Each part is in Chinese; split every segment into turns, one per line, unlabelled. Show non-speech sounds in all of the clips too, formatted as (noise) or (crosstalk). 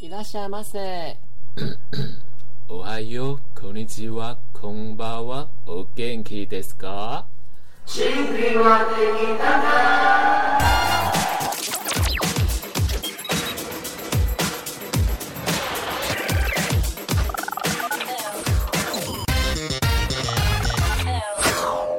伊拉夏马塞，
おはよう、こんにちは、こんばんは、お元気ですか？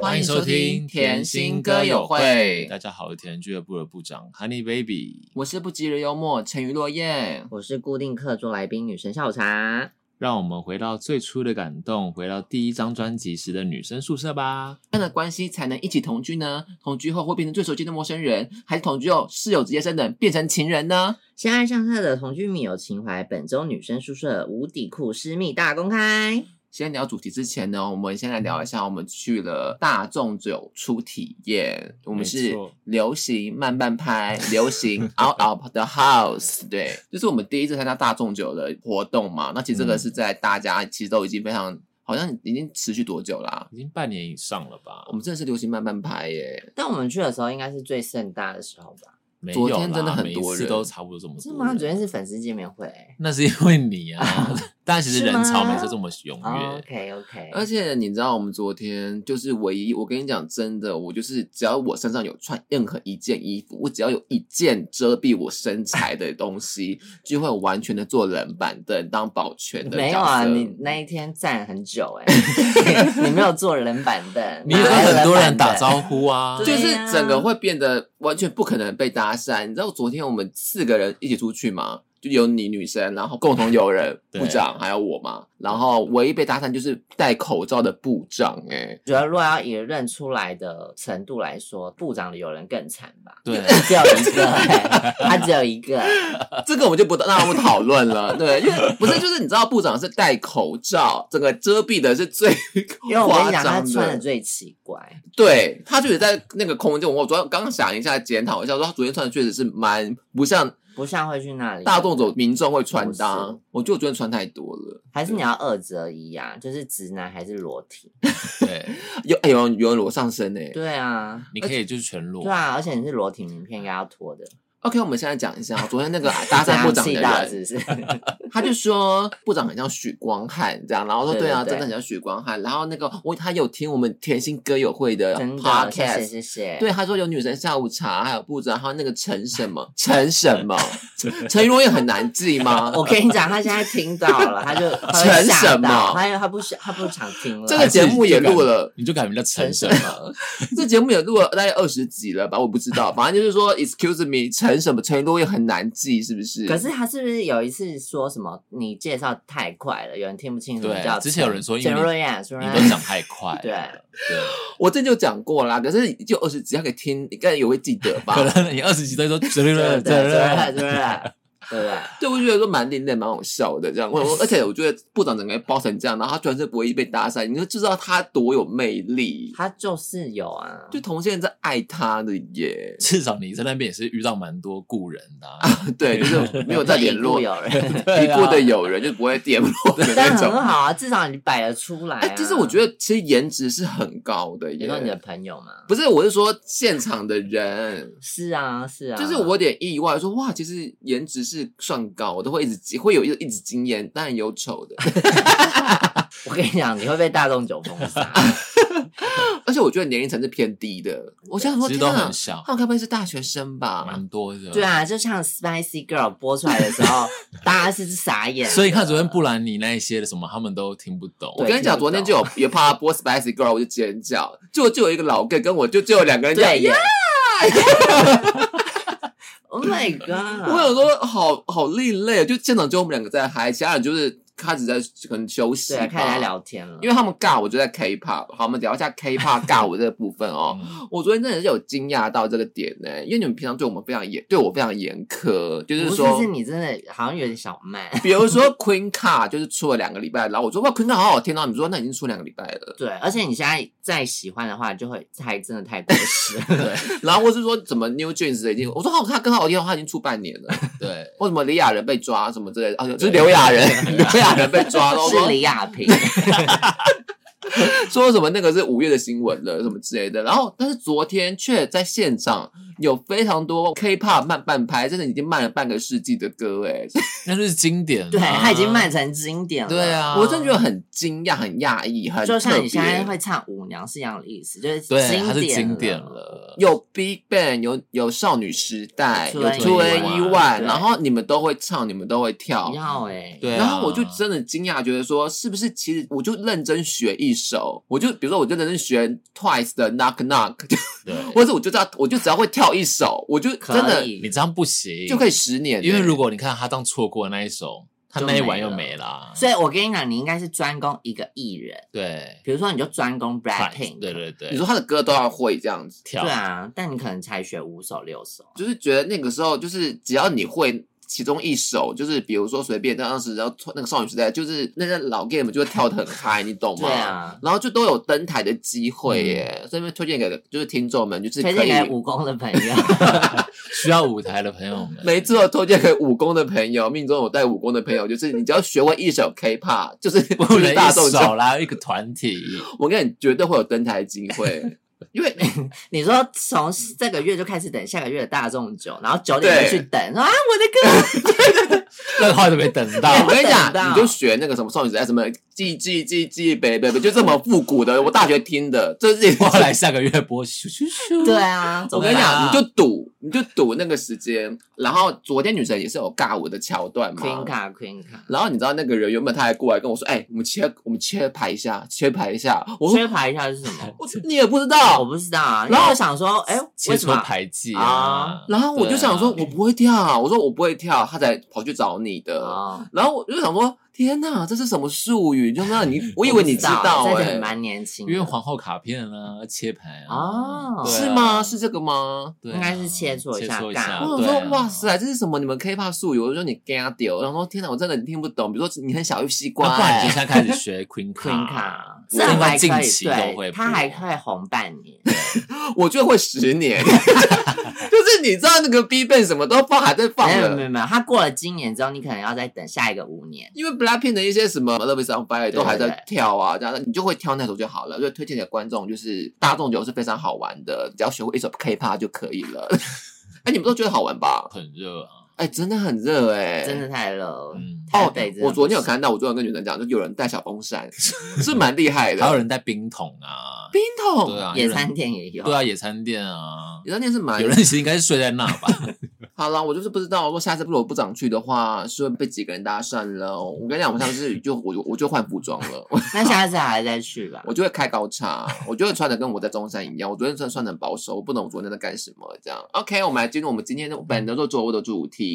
欢迎收听甜心歌友会。大家好，我是甜心俱乐部的部长 Honey Baby，
我是不吉日幽默沉鱼落雁。
我是固定客座来宾女神下午茶。
让我们回到最初的感动，回到第一张专辑时的女生宿舍吧。
这样的关系才能一起同居呢？同居后会变成最熟悉的陌生人，还是同居后室友直接升等变成情人呢？
相爱相杀的同居密友情怀，本周女生宿舍无底裤私密大公开。
先聊主题之前呢，我们先来
嗯
聊一下，我们去了大众酒初体验，我们
没
是
错
流行慢半拍，流行 out of the house，对，这是我们第一次参加大众酒的活动嘛。那其实这个
嗯
是在大家其实都已经非常，好像已经持续多久啦、
已经半年以上了吧？
我们真的是流行慢半拍耶，
但我们去的时候应该是最盛大的时候吧？
没有
昨
啦
天真的很多人
每一次都差不多这么多。
是吗？昨天是粉丝见面会、
那是因为你啊，但其实人
是
潮
吗
没是这么踊跃。
o k OK，
而且你知道，我们昨天就是唯一，我跟你讲，真的，我就是只要我身上有穿任何一件衣服，我只要有一件遮蔽我身材的东西，就会完全的坐冷板凳当保全的角色。嗯
没有啊，你那一天站很久哎、欸，你没有坐冷板凳，
(laughs) 你也跟很多人打
呼。
招呼啊，
对
就是
啊
整个会变得完全不可能被搭讪。你知道昨天我们四个人一起出去吗？就有你女生，然后共同友人
对？
部长还有我嘛，然后唯一被搭讪就是戴口罩的部长哎、
觉得如果要以认出来的程度来说，部长的有人更惨吧
对，
只有一个、欸，他只有一个，
这个我们就不让我们讨论了， (laughs) 对，因为不是就是你知道部长是戴口罩，整个遮蔽的是最 (laughs)
因为我跟
夸
你讲，他
张
穿的
的，
最奇怪，
对他就是在那个空间，我昨天刚想一下检讨一下，说他昨天穿的确实是蛮不像
不像会去那里。
大众走民众会穿
不
搭
是，
我觉得我昨天穿太多了，
还是你要二择一啊，就是直男还是裸体？
对，
有哎有有人裸上身呢、
对啊，
你可以就是全裸
(laughs) 对，啊，而且你是裸体名片应该要脱的，
OK，我们现在讲一下昨 (laughs) 天那个搭
这
讪部
样
长的
气到
人，
是不是？
他就说部长很像许光汉这样，然后说
对
对啊，
对
真的很像许光汉，然后那个我他有听我们甜心歌友会的
(laughs) 真的，谢
podcast
谢。谢谢。
对，，他说有女神下午茶，还有部长，还有那个陈什么陈什么，陈若也很难记吗？
(laughs) 我跟你讲，他现在听到了，他就他会
成
吓
什么
到他他不想他不想听了。
这个节目也录了，
你就改名叫陈什
陈
么？
这节目也录了大概二十集了吧，我不知道，反正就是说，excuse me，陈什么，陈若也很难记，是不是？
可是他是不是有一次说什么你介绍太快了，有人听不清楚
对
叫
之前有人说因为
陈
你
瑞亚，陈
你
瑞
都
亚
讲太快了，
对
对，
我这就讲过啦，可是就二十集，他可以听，应该也会记得吧
可？能你二十几岁都对对
对
对对
对对对对对对对，
对，我就觉得说蛮另类，蛮好笑的这样。我我而且我觉得部长整个人包成这样，然后他居然是不会被搭讪，你就知道他多有魅力，
他就是有啊，
就同性人在爱他的耶。 (laughs)
至少你在那边也是遇到蛮多故人的啊，
对，就是没有再联络
已故，有人，
对
已
啊
故的友人就不会联络的那
但
种
很。好啊，至少你摆得出来、啊。
哎，其实我觉得其实颜值是很高的
你说你的
耶。
朋友嘛，
啊不是，我是说现场的人，
是啊是啊，
就是我有点意外，说哇，其实颜值是算高，我都会一直会有一一直惊艳，当然有丑 (laughs) 的，
我跟你讲，你会被大众酒封杀。
(laughs) 而且我觉得年龄层是偏低的。我想
哦
说，
其
天
实都
哪
很，小，
他们该不会是大学生吧？
蛮多的。
对，啊，就像 Spicy Girl 播出来的时候， (laughs) 大家是傻眼的。
所以你看昨天布兰妮那一些的什么，他们都听不懂。
我跟你讲，
对
昨天就有也怕他播 Spicy Girl，我就尖叫，就就有一个老 gay 跟我就只有两个人讲
对，呀 (laughs) ，Oh my god！
我想说好好另类，啊就现场只有我们两个在嗨，其他人就是开始在可能休息
对
吧，
啊，开始在聊天了，
因为他们尬，我就在 K-pop。好，我们聊一下
(laughs)
K-pop 尬舞这个部分哦。
嗯
我昨天真的是有惊讶到这个点呢、因为你们平常对我们非常严，对我非常严苛，就
不是
说
是，你真的好像有点小慢，
比如说 Queen Car 就是出了两个礼拜，然后我说哇 Queen Car 好好听哦，你们说那已经出两个礼拜了，
对，而且你现在再喜欢的话，就会还真的太过时
(laughs)
了。对，
然后或是说怎么 New Jeans 的已经，我说好看更好听哦，它已经出半年了，
对，
为什么李雅人被抓什么之类的，啊，就是刘雅人， (laughs) 刘雅人被抓了，我说
是李亚
(laughs)
平，
说什么那个是五月的新闻了什么之类的。然后，但是昨天却在现场有非常多 K-pop 慢半拍，真的已经慢了半个世纪的歌哎，
那就是经典啊。
对，它已
嗯
经慢成经典了。
对啊，
我真的觉得很惊讶、很讶异、很
就
特
像
别
你现在会唱舞娘是一样的意思，就是
对，它是经
经
典
典。
了。
有 Big Bang，有有少女时代，有
有
Two A
对
然后你们都会唱，你们都会跳
不。要哎，
对啊
然后我就真的惊讶，觉得说是不是其实我就认真学一首，我就比如说我就认真学 Twice 的 Knock Knock，
对，
或者我就知道我就只要会跳一首，我就真
可
的
以
你这样不行，
就可以十年欸。
因为如果你看他当错过那一首，他
就
那一
没
晚又
了
没啦。
所以我跟你讲，你应该是专攻一个艺人，
对
比如说你就专攻 Blackpink，
对对对，
你说他的歌都要会这样子，
跳
对啊，但你可能才学五首六首，
就是觉得那个时候就是只要你会。其中一首就是，比如说随便，当时然后那个少女时代，就是那些老 gay 们就会跳的很嗨，你懂吗？
对啊。
然后就都有登台的机
嗯
会耶，所以推荐给就是听众们，就是
推
可
荐
以
给武功的朋
(laughs)
友， (laughs)
需要舞台的朋友们，
没错，推荐给武功的朋友，命中有带武功的朋友，就是你只要学会一首 K-pop，就是
不能
是大众
一
上，
首啦，一个团体。
我跟你绝对会有登台机会， (laughs) 因为
你说从这个月就开始等下个月的大众酒，然后九点
对
就去等说啊，我
(laughs)
的歌，
那话都没等到
哎
(laughs) 没，
我跟你
等到
讲，你就学那个什么少女时代什么记记记记北北北，就这么复古的，我大学听的，这是
(laughs) 后来下个月播，咻咻咻。
对，啊，
我
怎么
跟你
办
讲，
啊
你就赌，你就赌那个时间。然后昨天女神也是有尬我的桥段嘛，
Queen 卡 Queen 卡，
然后你知道那个人原本他还过来跟我说：“哎、我们切，我们切牌一下，切牌一下。”我说
缺牌一下是什么：“？
(laughs) 我你也不知
我
道。
不知道啊。
然
然
后
后我想说，哎，为
切
什
磋
么？
排技啊
啊。”
然后我就想说：“
对
我
啊
不会跳。”我说：“我不会跳。”他才跑去找你的。
哦，
然后我就想说：“天哪，这是什么术语？”就那你，我以为你知
道欸
道
在这
哎、
里蛮年轻的，
因为皇后卡片啊，切牌啊。
哦
对啊
是吗？是这个吗？
对啊
应该是切磋一下
切磋一
尬
下。
啊
我
对
想
啊
说，哇塞，这是什么？你们 K-pop 术语？我就说你 get 丢，然后说天哪，我真的听不懂。比如说你很小玉西瓜、
那
啊
不然你就
欸
现，在开始学 Queen
(laughs) Queen
啊
卡，
卡，
我
这
看啊
还可
近
以，
期都会播
对，他还可以红半年。
我觉得会十
(laughs)
年，就是你知道那个 B 笨什么都放，还在放
没有
了
没。有没有，他过了今年之后，你可能要再等下一个五年。
因为 Blackpink 的一些什么 Love Is On Fire
对
都还在跳啊，这样你就会挑那首就好了。所以推荐给观众，就是大众酒是非常好玩的，只要学会一首 K-pop 就可以了。 (laughs) 哎，你们都觉得好玩吧？
很热啊。
哎，真的很热哎、
真的。太热了
嗯，
台
哦
北真，的
我昨天有
不行
看到，我昨天有跟女生讲，就有人带小风扇， (laughs) 是蛮厉害的。
还有人带冰桶啊，
冰桶，
对啊，
野
有人
餐店也有，
对啊，野餐店啊，
你那天是蛮
有人其实应该是睡在那
(laughs)
吧？
好了，我就是不知道，我说下次如果不长去的话，是会被几个人搭讪了。我跟你讲，我上次就我就我就换服装了， (laughs) 我
那下次还再去吧。
我就会开高叉，我就会穿的跟我在中山一样。我昨天穿穿的很保守，我不懂我昨天在干什么这样。OK，我们来进入我们今天的本周周五的主题。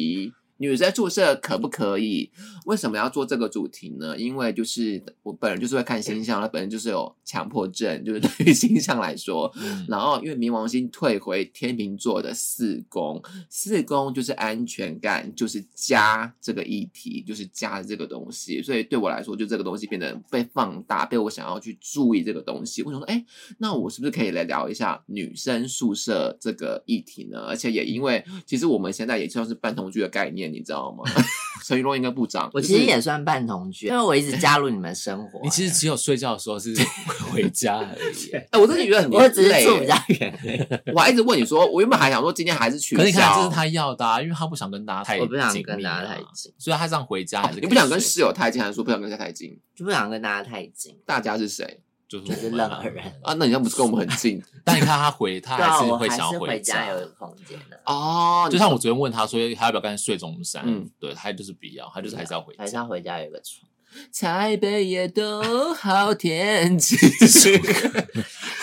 女生宿舍可不可以？为什么要做这个主题呢？因为就是我本人就是会看星象，他本人就是有强迫症，就是对于星象来说，
嗯
然后因为冥王星退回天秤座的四宫，四宫就是安全感，就是家这个议题，就是家这个东西，所以对我来说，就这个东西变得被放大，被我想要去注意这个东西。我想说，哎，那我是不是可以来聊一下女生宿舍这个议题呢？而且也因为，其实我们现在也算是半同居的概念，你知道吗？ (laughs) 陈玉龙应该部长，
我
就
其实
是
也算半同居，因为我一直加入你们生活。
你其实只有睡觉的时候是 (laughs) 回家而已。
哎，我真的觉得很
我只
累
是住比较
耶
远，
我还一直问你说，我原本还想说今天还是取消，
可是你看，这是他要的、啊，因为他不想跟大家太
我不想
紧
跟
密
大
啊
家太近，哦
所以他这样回家还是
啊
可以
你不想跟
睡
室友太近，还是说不想跟人家太近？
就不想跟大家太近。
大家是谁
就是
就是
我们啊
任何人
啊？那你要不是跟我们很近 (laughs)
但你看他回，他
对啊，
还是
我
会
还
想要
是回
家
家。有空间的，
哦？
就像我昨天问他说，哎他要不要干脆睡中山？
嗯
对他就是不要，他就是还是要回家
还。是要回家有个床。
台北也都好天气。 (laughs)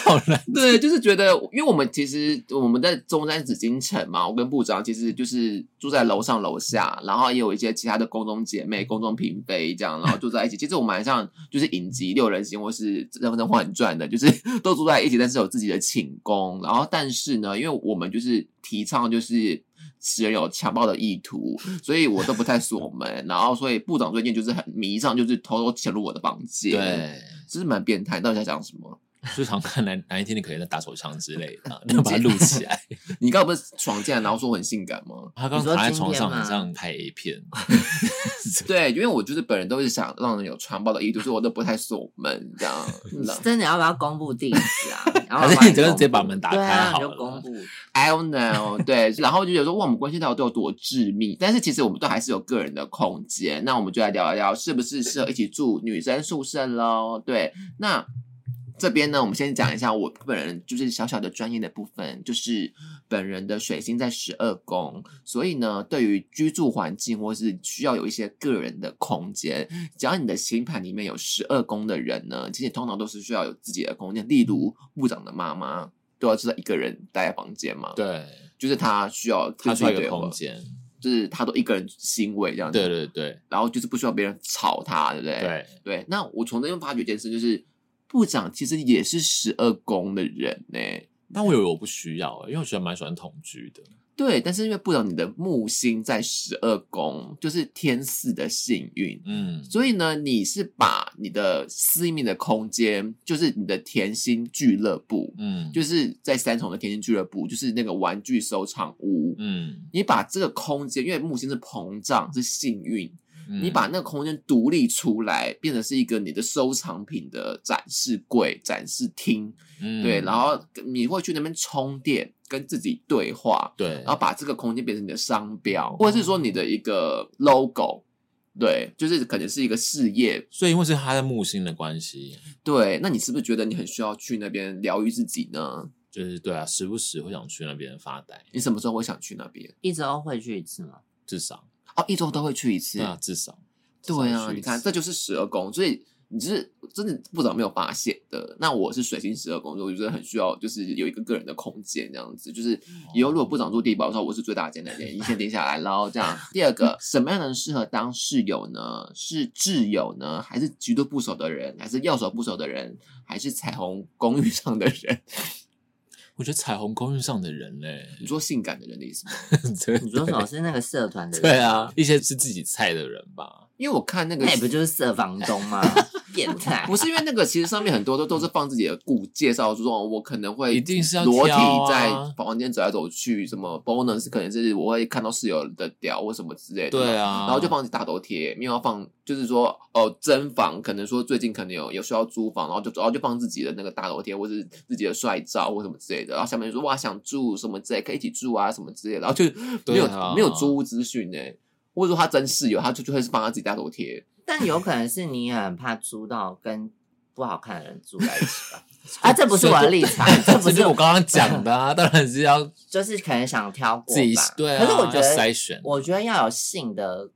好难，
对，就是觉得，因为我们其实我们在中山紫禁城嘛，我跟部长其实就是住在楼上楼下，然后也有一些其他的宫中姐妹、宫中嫔妃这样，然后住在一起。其实我们蛮像就是影集六人行或是《认真幻传》的，就是 (laughs) 都住在一起，但是有自己的寝宫。然后但是呢，因为我们就是提倡就是。使人有强暴的意图，所以我都不太锁门。然后，所以部长最近就是很迷上，就是偷偷潜入我的房间，
对，
这是蛮变态。到底在讲什么？
就常看哪哪一天你可能在打手枪之类
(laughs)
的，然后把它录起来。
你刚刚不是闯进来，然后说我很性感
(laughs)
吗？
他刚
你说
躺在
今
床
天
上，很
吗
像拍 A 片。
对，因为我就是本人都是想让人有传报的意图，所以我都不太锁门这样。那
真的要不要公布地址
(laughs)
啊？然
还
后
是
我帮
你就
公布
直接把门打
对
开
啊，
好
你就
了
公布。
I don't know，对，然后就觉得说哇，我们关系到底有多致密，但是其实我们都还是有个人的空间。那我们就来聊一聊，是不是适合一起住女生宿舍喽？对，那这边呢，我们先讲一下我本人就是小小的专业的部分，就是本人的水星在十二宫，所以呢，对于居住环境或是需要有一些个人的空间，只要你的星盘里面有十二宫的人呢，其实通常都是需要有自己的空间，例如部长的妈妈。都要知道一个人待在房间嘛？
哦
对，
就是他需要
他
跟自
需要
己
一个
对话
空，间。
就是他都一个人行为这样子，
对对对
然后就是不需要别人吵他，对不对？
对，
对那我从这边发觉一件事，就是部长其实也是十二宫的人呢、
但我以为我不需要、欸，因为我觉得蛮喜欢同居的。
对，但是因为部长你的木星在十二宫，就是天赐的幸运，
嗯，
所以呢，你是把你的私密的空间，就是你的甜心俱乐部，
嗯，
就是在三重的甜心俱乐部，就是那个玩具收藏屋，
嗯，
你把这个空间，因为木星是膨胀，是幸运，
嗯
你把那个空间独立出来，变成是一个你的收藏品的展示柜、展示厅，
嗯
对，然后你会去那边充电，跟自己对话，
对，
然后把这个空间变成你的商标，或者是说你
哦
的一个 logo。对，就是可能是一个事业。
所以因为是他在木星的关系，
对，那你是不是觉得你很需要去那边疗愈自己呢？
就是对啊，时不时会想去那边发呆，
你什么时候会想去那边？
一周会去一次吗？
至少
哦，一周都会去一次。
对啊，至少
对
至少
啊，
去一
你看，
次
这就是十二宫，所以你就是真的不怎么没有发现的。那我是水星十二宫，所以我觉得很需要，就是有一个个人的空间这样子。就是以后如果部长住地堡的时候，我是最大间那间，先定下来喽。这样，第二个，什么样的人适合当室友呢？是挚友呢，还是局都不熟的人，还是右手不熟的人，还是彩虹公寓上的人？ (laughs)
我觉得彩虹公寓上的人嘞、 (laughs)
你说性感的人的意思吗？
对
你说什么是那个社团的？
对，啊，一些是自己菜的人吧，
因为我看那个
那也不就是社房东吗？
啊
变
(laughs)
态
不！是因为那个，其实上面很多都都是放自己的故介绍，说哦我可能会
一定是要
裸体
挑啊
在房间走来走去，什么 bonus 可能是我会看到室友的屌或什么之类的，
对，啊，
然后就放大头贴，没有要放，就是说哦真房，可能说最近可能有有需要租房，然后就然后就放自己的那个大头贴或是自己的帅照或什么之类的，然后下面就说哇想住什么之类，可以一起住啊什么之类的，然后就没有、
对啊
没有租屋资讯呢、欸或者说他真室友，他就就会是放他自己大头贴，
但有可能是你也很怕租到跟不好看的人住在一起
(laughs)
吧？啊，这不是我的立场，这不
这就是我刚刚讲的啊，当然是要
就是可能想挑过
自己
吧。
对啊，
可是我觉
要筛
得，
选，
我觉得要有性的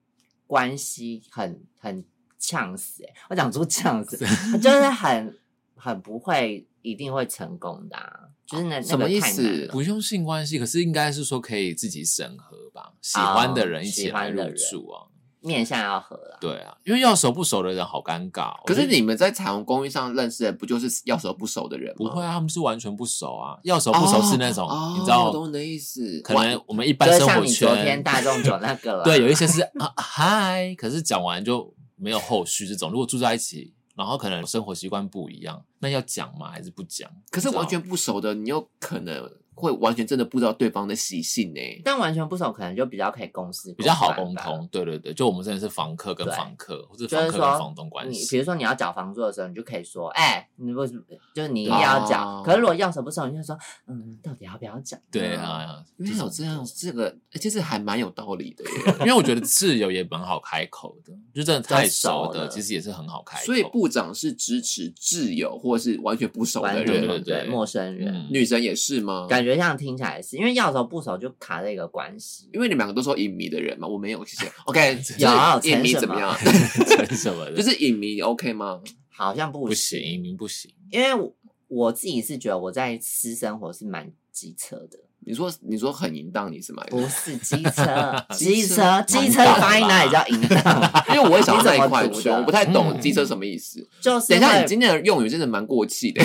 关系很很呛死、欸，我讲出呛
(laughs)
死，就是很很不会一定会成功的、啊，就是那
什么意思
那个太难了
不用性关系，可是应该是说可以自己审核吧，喜欢的人一起
喜
来
欢的
入
人
住啊，
面相要合了。
对啊，因为要熟不熟的人好尴尬哦。
可是
我觉得
你们在彩虹公寓上认识的，不就是要熟不熟的人
不
吗？
会啊，他们是完全不熟啊，要熟不熟是那种、
哦
你知道
我，懂你的意思
可能我们一般
就是
生活
像你昨天
圈
大众酒那
(laughs)
个了，
对有一些是啊嗨，可是讲完就没有后续这种。如果住在一起，然后可能生活习惯不一样，那要讲吗？还是不讲？
可是
你知道
完全不熟的，你有可能会完全真的不知道对方的习性呢、
但完全不熟，可能就比较可以公司
比较好沟
办吧。
通。对对对，就我们真的是房客跟
对
房客，或者
就
房
是
客跟
说，
房东关
你
系
比。如说你要缴房租的时候，你就可以说，哎、你不是就是你一定要缴。
哦
可是如果要什么时候，你就说，嗯，到底要不要缴？
对，啊，
因为有这样这个，欸其实还蛮有道理的耶。
(laughs) 因为我觉得挚友也蛮好开口的，就真的太熟
比较熟的
的，其实也是很好开口。
所以
(laughs)
部长是支持挚友或是完全不熟
完
的
全
对
不
对
人，
对
陌生人，
嗯
女生也是吗？
感觉像听起来是因为要熟不熟就卡在一个关系。
因为你们两个都说影迷的人嘛，我没有，谢谢。OK，就是
(laughs)
有
影迷
成什
怎么
么
样？
成什么的，
就是影迷 OK 吗？
好像不
不行，移民不行。
因为我我自己是觉得我在私生活是蛮机车的，
你说你说很淫荡，你是吗？
不是机
(laughs)
车，机
机车
车，机
蛮
车
大的吧
发音哪里叫淫荡？
因为我也想要那一块
你怎么读
说，
的
我不太懂
嗯
机车什么意思。
就是
等一下，
会
你今天的用语真的蛮过气的。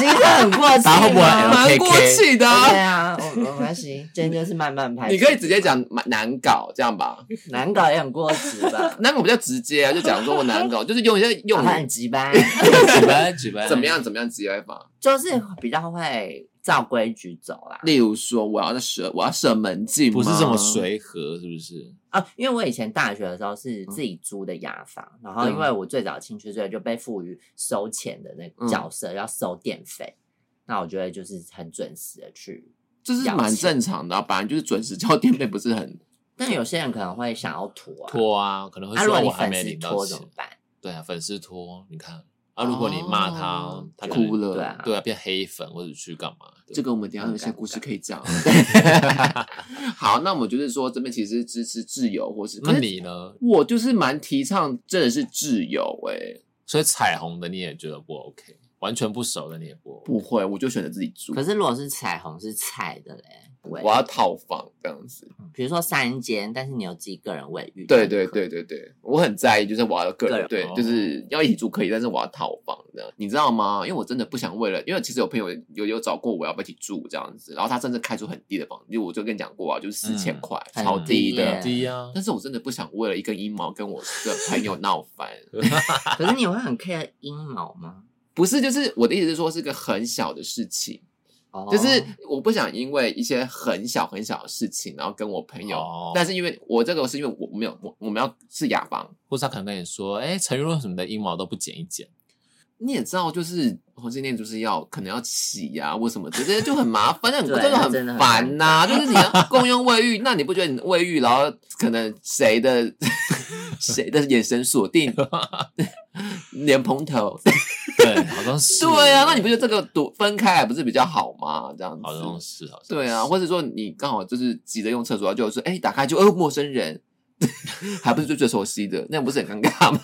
今天很过气
(laughs) 然后我
吗
(laughs) 蛮
LKK
过气的啊。
对啊，我我没关系，今天就是慢慢
(laughs)
拍。
你可以直接讲蛮难搞这样吧，？
难搞也很过时吧
难搞比较直接啊，就讲说我难搞，就是用一些 (laughs) 用
好
语 (laughs)
像很急吧，
举办举办
怎么？样怎么样直接法。
(laughs) 就是比较会照规矩走啦。
例如说，我要射，我要射门禁吗，
不是这么随和，是不是？
啊，因为我以前大学的时候是
嗯
自己租的雅房，然后因为我最早进去，所以就被赋予收钱的那
嗯
个角色，要收电费。那我就会就是很准时的去，
这是蛮正常的、啊，本来就是准时交电费，不是很
但有些人可能会想要拖啊，
拖啊，可能会
啊，如果
说
你
我还
粉
没
丝
领到
拖怎么
钱。
办？
对啊，粉丝拖，你看啊， (laughs) 如果你骂他
哦，
他可能
哭了，
对啊
对啊，变黑粉或者去干嘛？对
这个我们等一下有
很
些
尴
故事
尬
可以
(laughs)
讲。 (laughs) 好，那我们就是说，这边其实支持自由，或是可
那
是
你呢？
我就是蛮提倡，真的是自由哎、
所以彩虹的你也觉得不 OK，完全不熟的你也不 OK。
不会，我就选择自己住
可，是如果是彩虹是菜的嘞，我
我要套房这样子。
比如说三间，但是你有自己个人卫浴，
对对，对对对，我很在意，就是我要个人
个
对
人哦，
就是要一起住可以，但是我要套房的，你知道吗？因为我真的不想为了，因为其实有朋友有有找过我要不要一起住这样子，然后他甚至开出很低的房，因为我就跟你讲过啊，就是四千
嗯
块，
很
超
低
低的。
耶
低啊，
但是我真的不想为了一根阴毛跟我的朋友闹翻，
可是你会很 care 阴毛吗？
不是，就是我的意思是说，是个很小的事情，
哦
就是我不想因为一些很小很小的事情，然后跟我朋友，
哦
但是因为我这个是因为我没有我我们要是雅房，
(laughs) 或者他可能跟你说，哎，陈玉为什么你的阴毛都不剪一
(laughs)
剪？
你也知道，就是同性恋就是要可能要洗呀、或什么，这些就很麻烦，很
对
这种
真的
很
很
烦呐、就是你要共用卫浴，那你不觉得你卫浴，然后可能谁的谁的眼神锁定莲蓬头， (laughs)
对，好像是。
对啊，那你不觉得这个独分开来不是比较好吗？这样
好像
子，
是，好像是
对啊，或者说你刚好就是急着用厕所，然后就说哎、打开就哦陌生人， (laughs) 还不是最最熟悉的，那不是很尴尬吗？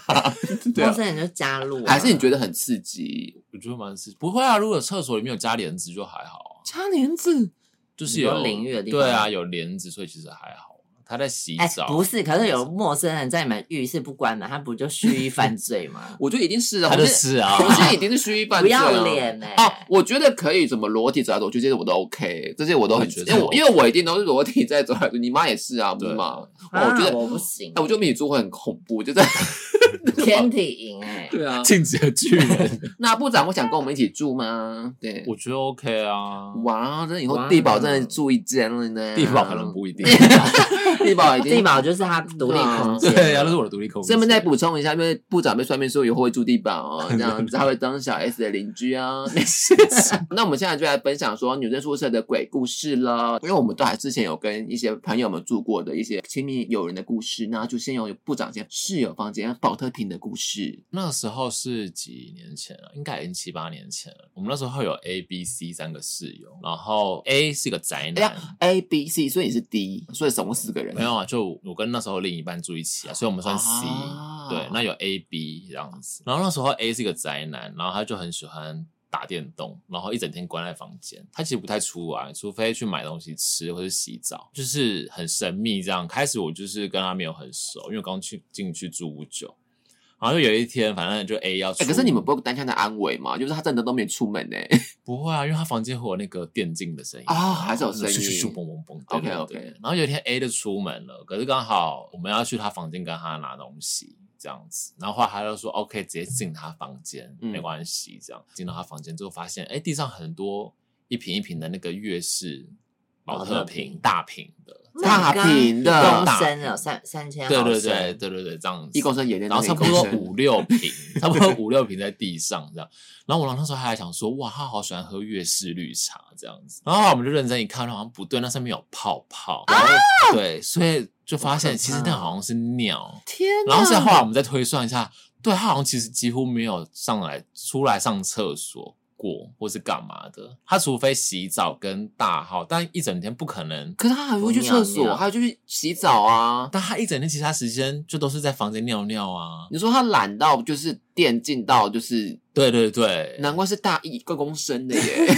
(laughs) 对
陌
啊，
生人就加入啊，
还是你觉得很刺激？
我觉得蛮是不会啊。如果厕所里面有加帘子就还好啊，
擦帘子，？
就是
你
有
说淋浴的地方
对啊，有帘子，所以其实还好。他在洗
哎、
澡，
不是，可是有陌生人在你们浴室不关门，他不就蓄意犯罪吗
我觉得一定是啊，
他
我
就
觉
是啊，
得我觉得一定是蓄 (laughs) 意犯
不
罪、啊，
要脸
欸
哎、
哦，我觉得可以，什么裸体走来走去，这些我都 OK，这些我都
我
很，
也觉
因
得
为我
OK
因为我一定都是裸体在走来走去，你妈也是啊，不
对
是吗？
啊
哦我觉得，
我不行欸
哎，我觉得米珠会很恐怖，就在
天体营
(laughs)
哎、
对啊。
禁止的巨
(laughs)
人，
(laughs) 那部长会想跟我们一起住吗？对，
我觉得 OK 啊。
嗯
哇，这以后
哇
地堡真的住一间了呢，
地堡可能不一定，
地堡已经
地。堡就是他独立
嗯
空间，
对啊，那是我的独立空间。
顺便再补充一下，因为部长被算命说以后会住地堡、哦，这样子他会当小 S 的邻居啊。没事。 (laughs) 那我们现在就来分享说女生宿舍的鬼故事了，因为我们都还之前有跟一些朋友们住过的一些亲密友人的故事，那就先由部长先室友房间保特瓶的故事。
那时候是几年前了，应该已经七八年前了。我们那时候有 A、B、C 三个室友，然后 A 是个宅
哎
男，
呀，A、B、C，所以你是 D，所以总共四个人。
没有啊，就我跟那时候另一半住一起啊，所以我们算 C、
啊
对，那有 A、B 这样子。然后那时候 A 是个宅男，然后他就很喜欢打电动，然后一整天关在房间。他其实不太出来，除非去买东西吃或者洗澡，就是很神秘这样。开始我就是跟他没有很熟，因为我刚去进去住不久。然后就有一天，反正就 A 要出、
哎、可是你们不会担心他的安危吗？就是他真的都没出门呢、 (laughs)
不会啊，因为他房间会有那个电竞的声音
啊还是有声音
咻咻咻嘣嘣嘣。对
OK，
对
OK
对然后有一天 A 就出门了，可是刚好我们要去他房间跟他拿东西这样子，然后后来他就说 OK，直接进他房间，
嗯
没关系。这样进到他房间之后，发现哎地上很多一瓶一瓶的那个月式保特瓶大瓶的，
大瓶的
公升哦，三三千毫
对
升，
对对对对对，这样子
一公升也能
然
当
后
一
差
公
不
升，
多五六瓶，差不多五六瓶在地上这样。然后我那时候还想说，哇，他好喜欢喝粤式绿茶这样子。然后后来我们就认真一看，好像不对，那上面有泡泡。然后对，所以就发现其实那好像是尿。
天
然后再后来我们再推算一下，对他好像其实几乎没有上来出来上厕所过，或是干嘛的。他除非洗澡跟大号，但一整天不可能。
可是他还会去厕所，
尿尿
还有就去洗澡啊。
但他一整天其他时间就都是在房间尿尿啊。
你说他懒到就是电竞到就是，
对对对，
难怪是大一个公升的
(laughs)
耶。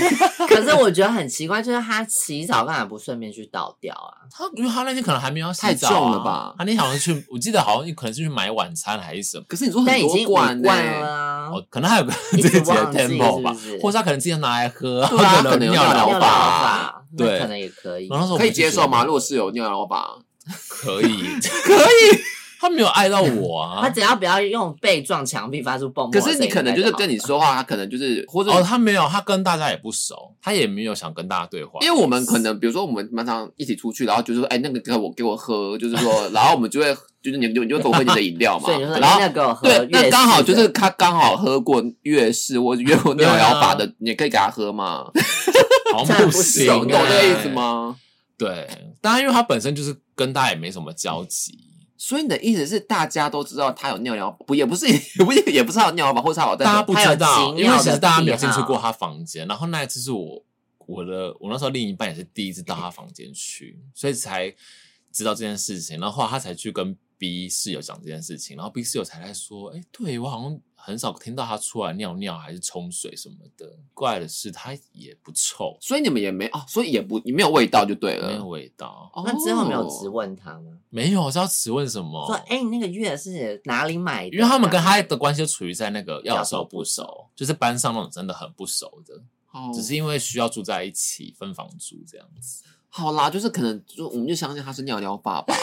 可是我觉得很奇怪，就是他洗澡干嘛不顺便去倒掉啊？
他因为他那天可能还没有要洗
太
澡啊
重了吧
他那天好像去，我记得好像可能是去买晚餐还是什么，
可是你说
但
很
已
多
经五
罐欸
罐
呢、
了啊，
哦，可
(laughs)
能还有个
一
自己
直
的
忘记是
tempo 吧
不，是？
或者他可能自己拿来喝，
对
(laughs)
啊可能有
尿
尿
疗
要
疗啊
法，
疗法，那
对
可能也可以。
然后那时候我
可
们
以
就
接
觉
受
得
吗？
哦
如果是有尿老板，(laughs)
可以，可以，他没有爱到我
他
啊，
只要不要用背撞墙壁发出蹦蹦
可
的声
是
音，
你可能就是
那好
跟你说话，他可能就是或者
哦，他没有，他跟大家也不熟，他也没有想跟大家对话，
因为我们可能，比如说我们常常一起出去，然后就说，哎、那个给我给我喝，就是说，然后我们就会，就是你就你就给我喝你的饮料嘛
所以你就，说哎
然后
那给我喝
对，那
月
刚好
式
就
的
是他刚好喝过粤式或者
(laughs)
越过
对
尿
啊
疗法的，你也可以给他喝嘛，
啊
好
这
像
样不
行、
行
欸，
懂懂
应该
这个意思？吗？
对，当然，因为他本身就是跟大家也没什么交集，
所以你的意思是，大家都知道他有尿疗，不也不是 (laughs) 也不是也不是他有尿疗法，或是他有在
大家不知
他有
道，
奇
因
妙
为
的
其实大家没有
癖
进去
好
过他房间。然后那一次是我我的我那时候另一半也是第一次到他房间去，所以才知道这件事情。然后后来他才去跟 B 室友讲这件事情，然后 B 室友才来说：“哎、对我好像很少听到他出来尿尿还是冲水什么的。怪的是他也不臭，
所以你们也没哦，所以也不你没有味道就对了。
没有味道，
哦
那之后没有质问他吗？
没有。我是要质问什么？
说，哎，你那个月是哪里买的啊？
因为他们跟他的关系就处于在那个要熟不熟，就是班上那种真的很不熟的，
哦
只是因为需要住在一起分房住这样子。
好啦，就是可能就我们就相信他是尿疗
(laughs)
法吧，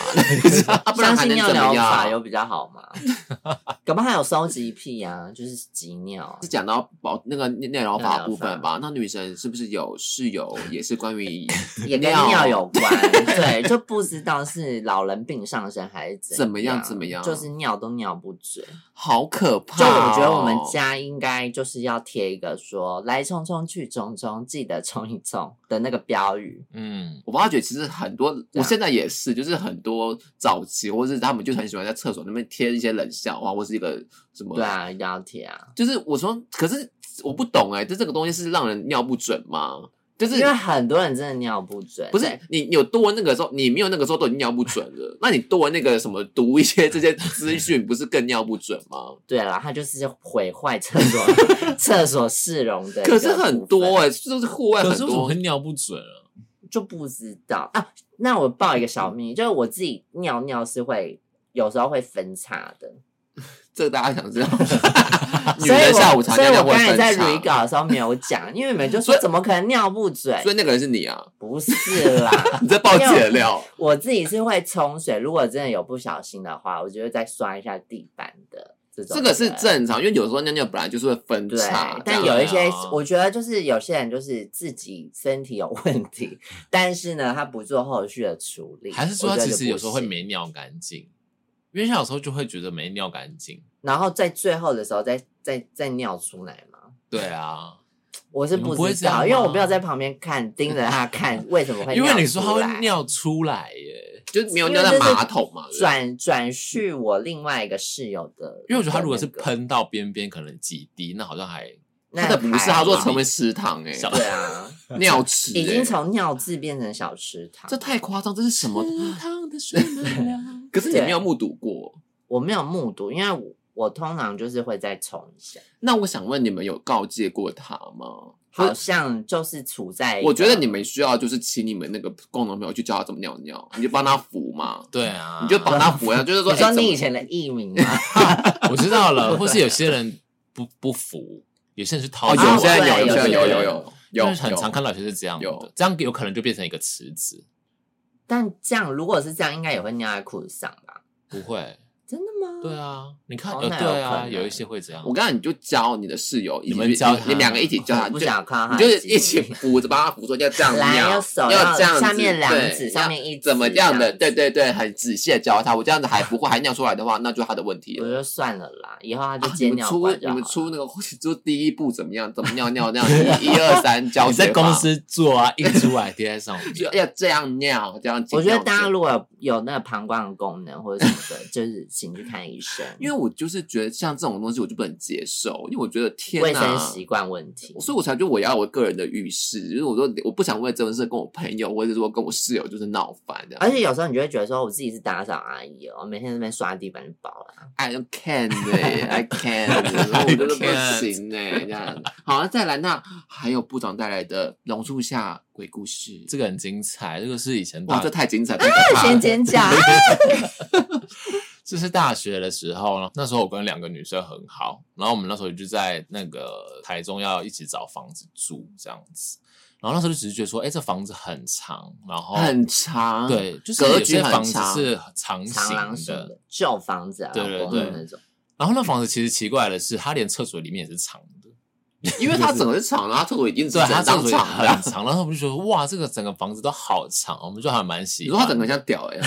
就是啊不然
相
还
信
能
尿
怎么
疗法
样？
有比较
(laughs)
好吗？搞不好还有收集癖啊，就是集尿
(laughs)
啊
是。讲到保那个内疗
内
法
疗
部分
法
吧？那女神是不是有室友也是关
(laughs)
于
也跟
尿
尿有关，
(laughs)
对，就不知道是老人病上身还是怎
怎么样
样
怎么样
就是尿都尿不准。
好可怕、哦
就我觉得我们，家应该就是要贴一个说“来冲冲去冲冲，记得冲一冲”的那个标语。
嗯，
我发觉其实很多，我
啊
现在也是，就是很多早期或是他们就很喜欢在厕所那边贴一些冷笑话，或是一个什么，
对，啊，一定要贴啊，
就是我说，可是我不懂哎、就这个东西是让人尿不准吗？就是
因为很多人真的尿不准，
不是
对
你你有多那个时候，你没有那个时候都已经尿不准了，那你多那个什么读一些这些资讯，不是更尿不准吗？
(laughs) 对啦，他就是毁坏厕
(laughs)
所厕所市容的一个部
可
分。
是很多哎、就是户外
可
很
是我怎么
多
会尿不准啊？
就不知道啊。那我报一个小秘密，就是我自己尿尿是会有时候会分叉的，
这个大家想
(laughs)
知道。 (laughs) 啊女
所以
人
我
下午茶
所以
尿
我
尿会
刚才
分
在
叉
re 稿的时候没有讲，因为你们就
所
说
以
怎么可能尿不准？
所以那个人是你啊， (laughs)
不是啦。
你在爆解料。
我自己是会冲水，如果真的有不小心的话，我就会再刷一下地板的这种
这
人。
个是正常，因为有时候尿尿本来就是会分
对
叉，，
但
这样
有一些
啊
我觉得就是有些人就是自己身体有问题，但是呢，他不做后续的处理，
嗯还是说
我觉
他其
得就
实
不
有时候会
行，
没尿干净？因为像有时候就会觉得没尿干净。
然后在最后的时候再再再尿出来嘛。
对啊，
我是
你们
不
不会
知
这样
道，因为我
吗
没有在旁边看，盯着他
(laughs)
看为什么会
因
尿出来。
为你说他会尿出来耶，
就是没有尿在马桶嘛。对不对 (laughs)
转转述我另外一个室友的，
因为我觉得他如果是
的那个，
喷到边边，可能几滴，那好像还
那
他的不是，
还
他说
好
成为食堂哎，
小
对啊，
(laughs)
(laughs)
尿池欸
已经从尿渍变成小池塘。
这太夸张，这是什么？
汤的水能量
可是你没有目睹过。
我没有目睹，因为我我通常就是会再冲一下，
那我想问你们有告诫过他吗？
好像就是处在一个
我觉得你们需要就是请你们那个共同朋友去教他怎么尿尿，你就帮他扶
(laughs)
嘛，
对啊，
你就帮他扶呀，就是说，
你说
哎怎
你
么
以前的艺名吗？ (laughs)
我知道了，或是有些人不不服，有些人是
哦，
掏
有
啊
些人有，
对
有些人
对
有，
对
有有有，
就是很
有
常看到有些是这样
有
的，这样有可能就变成一个池子，
但这样如果是这样，应该也会尿在裤子上吧？
不会，
真的吗？
对啊，你看，
哦
呃
那
对
有可
啊，
能
有一些会这样
我，刚才你就教你的室友，
你们教他
你们两个一起教他，
我不
就
想看
你
到他
就
的
是
鸡
一
(laughs)
起扶着帮他扶说要这样
啊来
尿，
要手
要
要
这样子，
下面两
对
指
要
上面一指
怎么样的？
这
对对对，很仔细的教他。我这样子还不会，还尿出来的话，那就是他的问题
我
了。
就算了啦，以后他就
啊你
接
们
尿
出
管就
你
好
们
了
出那个，就第一步怎么样？怎么尿尿这样子？
(laughs)
一二三，教
你在
学法
公司做啊，一出来贴
(laughs)
在上面，
就要这样尿，这样。 (laughs)
我觉得大家如果有那个膀胱的功能或者什么的，就是请去看看医生，
因为我就是觉得像这种东西我就不能接受，因为我觉得天
卫生
哪，
习惯问题。
所以我才觉得我要我个人的浴室，就是我说我不想为这件事跟我朋友或者说跟我室友就是闹翻这样。
而且有时候你就会觉得说，我自己是打扫阿姨哦，我每天在那边刷地板就
(laughs)
饱了。
I don't can 哎、i
(laughs)
can，然后我真的不行哎、这样。好，那再来，那还有部长带来的榕树下鬼故事，
这个啊很精彩，这个是以前
哇，
大
这太精彩，太可怕
先
了。(laughs)
尖叫，啊
这是大学的时候，那时候我跟两个女生很好，然后我们那时候就在那个台中要一起找房子住这样子，然后那时候就只是觉得说，哎、这房子很长，然后
很长，，
对，就是
格
有
局
些
很
房子
长
是长
长廊
形
型
的，
的旧房子啊，
对对
老公的
对
那种。
然后那房子其实奇怪的是，它连厕所里面也是长的，
因为它整个是长的，它厕所已经是
对，它
整张
厕所也
长了
很。长，然后我们就觉得哇，这个整个房子都好长，我们就还蛮喜
你
欢。
说它整个像屌哎、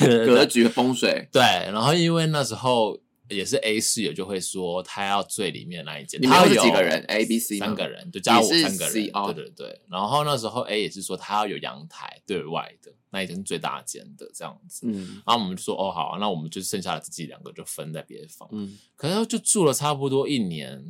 对
格局风水，
(laughs) 对，然后因为那时候也是 A 室友就会说他要最里面那一间，
你们
他
又是
有
几个人？A B C 吗
三个人，就加我
你是
三个
C，
人，
哦
对对对。然后那时候 A 也是说他要有阳台对外的那一间是最大间的这样子，
嗯
然后我们就说哦好啊、那我们就剩下的自己两个就分在别的房，
嗯，
可是就住了差不多一年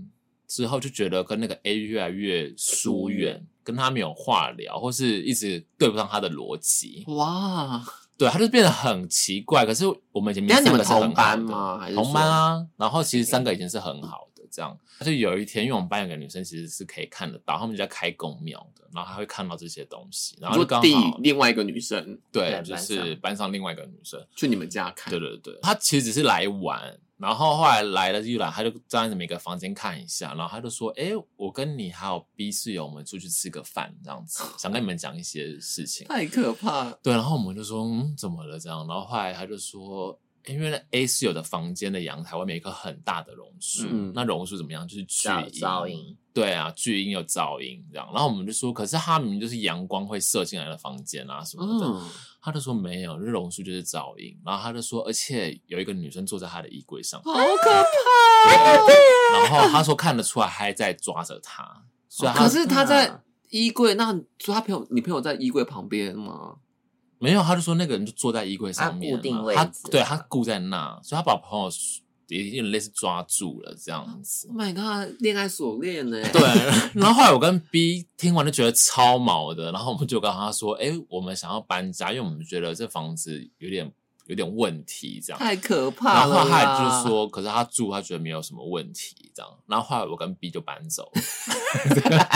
之后，就觉得跟那个 A 越来越疏远，跟他没有话聊，或是一直对不上他的逻辑，
嗯哇，
对，他就变得很奇怪。可是我们以前明
那你
明三
们
个是很
同班
好的
吗？还是嗯
同班？啊，然后其实三个以前是很好的，这样。但是有一天，因为我们班有个女生其实是可以看得到，他们就在开公庙的，然后她会看到这些东西，然后
说
就刚
弟
好
另外一个女生
对，
在
就
班
是
上
班上另外一个女生，
去你们家看，
对对对，她其实只是来玩，然后后来来了一来，她就站在每个房间看一下，然后她就说：“哎，我跟你还有 B 室友，我们出去吃个饭，这样子，想跟你们讲一些事 (laughs) 情。”
太可怕了。
对，然后我们就说，嗯，怎么了这样？然后后来他就说，诶因为那 A 室友的房间的阳台外面有一棵很大的榕树，
嗯
那榕树怎么样？就是巨
噪
荫，
噪音，
对啊，巨音有噪音这样。然后我们就说，可是它明明就是阳光会射进来的房间啊什么的。
嗯，
他就说没有，这榕树就是噪音。然后他就说，而且有一个女生坐在他的衣柜上，
哦
好可哦
然后他说看得出来还在抓着他，所以
哦怕。可
他
是他嗯
啊
在衣柜，那所以他朋友，你朋友在衣柜旁边吗？
没有，他就说那个人就坐在衣柜上面嘛，
他固定位置
他
啊
对他固在那，所以他把朋友也有点类似抓住了这样子
Oh。my
哦
god，恋爱锁链 (laughs) 呢？
对，，然后后来我跟 B 听完就觉得超毛的，然后我们就跟他说：“哎、我们想要搬家，因为我们觉得这房子有点有点问题，这样。”
太可怕
然
了啦。
后后来
(laughs)
就说，可是他住他觉得没有什么问题，这样。然后后来我跟 B 就搬走了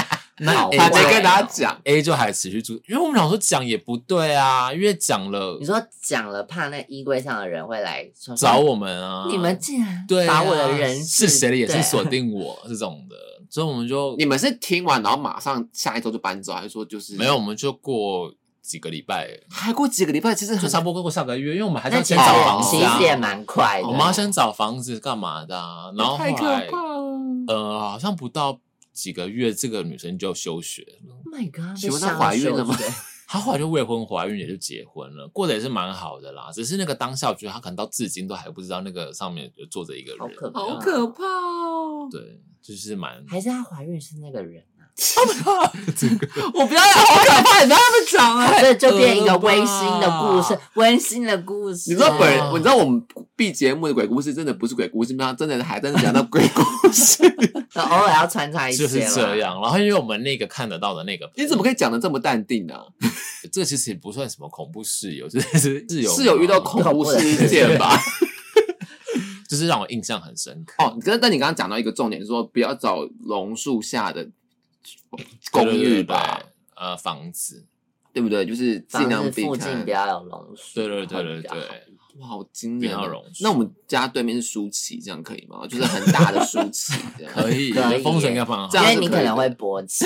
好
还
坏
没跟大家
哦
讲，
，A 就还持续住，因为我们想说讲也不对啊，因为讲了
你说讲了，怕那衣柜上的人会来说
找，我们啊，
你们竟然
对、
把我的人
是谁的眼
对
神
(laughs)
锁定我这种的，所以我们就
你们是听完然后马上下一周就搬走，还是说就是
没有，我？们就过几个礼拜，
(laughs)
还过几个礼拜，其实
就
很
差不多过下个月，因为我们还是
那
要
其
先
实
找
也
房
其
子啊
实，也蛮快的，
我们要先找房子干嘛的啊、然后
太
后
可
来
怕了。
呃，好像不到几个月，这个女生就休学了，
Oh my god！
请问
被
她怀孕
上手
了吗
对
她后来就未婚怀孕，也就结婚了，过得也是蛮好的啦。只是那个当下，我觉得她可能到至今都还不知道那个上面有坐着一个人，
好可怕
好可怕哦！
对，就是蛮
还是她怀孕是那个人啊？
(laughs) 我不要了，好可怕！你不要那么讲哎、
这就变一个温馨的故事，温馨的故事。
你知道本人，
啊
你知道我们 B 节目的鬼故事真的不是鬼故事，他真的还真的讲到鬼故 (laughs) 事。
偶尔要穿插一些
就
啦，
是这样。然后因为我们那个看得到的那个，
你怎么可以讲的这么淡定呢、啊？
这其实也不算什么恐怖室友，就
(laughs)
是室友
是有遇到恐怖事件吧？
就是让我印象很深刻。
哦，可是但你刚刚讲到一个重点，说不要找榕树下的公
对对
寓
对
吧，
对呃，房子，
对不对？就是尽量
房子
避
附近
开
不。要有榕树。
对对对对
会比较好
对，
哇，好惊人
不
哦！
要榕树
那我们家对面是舒淇，这样可以吗？就是很大的舒
(laughs)
淇，这样
可以，
可以
风水应该蛮
这
好。
样
因
是
为你
可以
可
的
能会勃起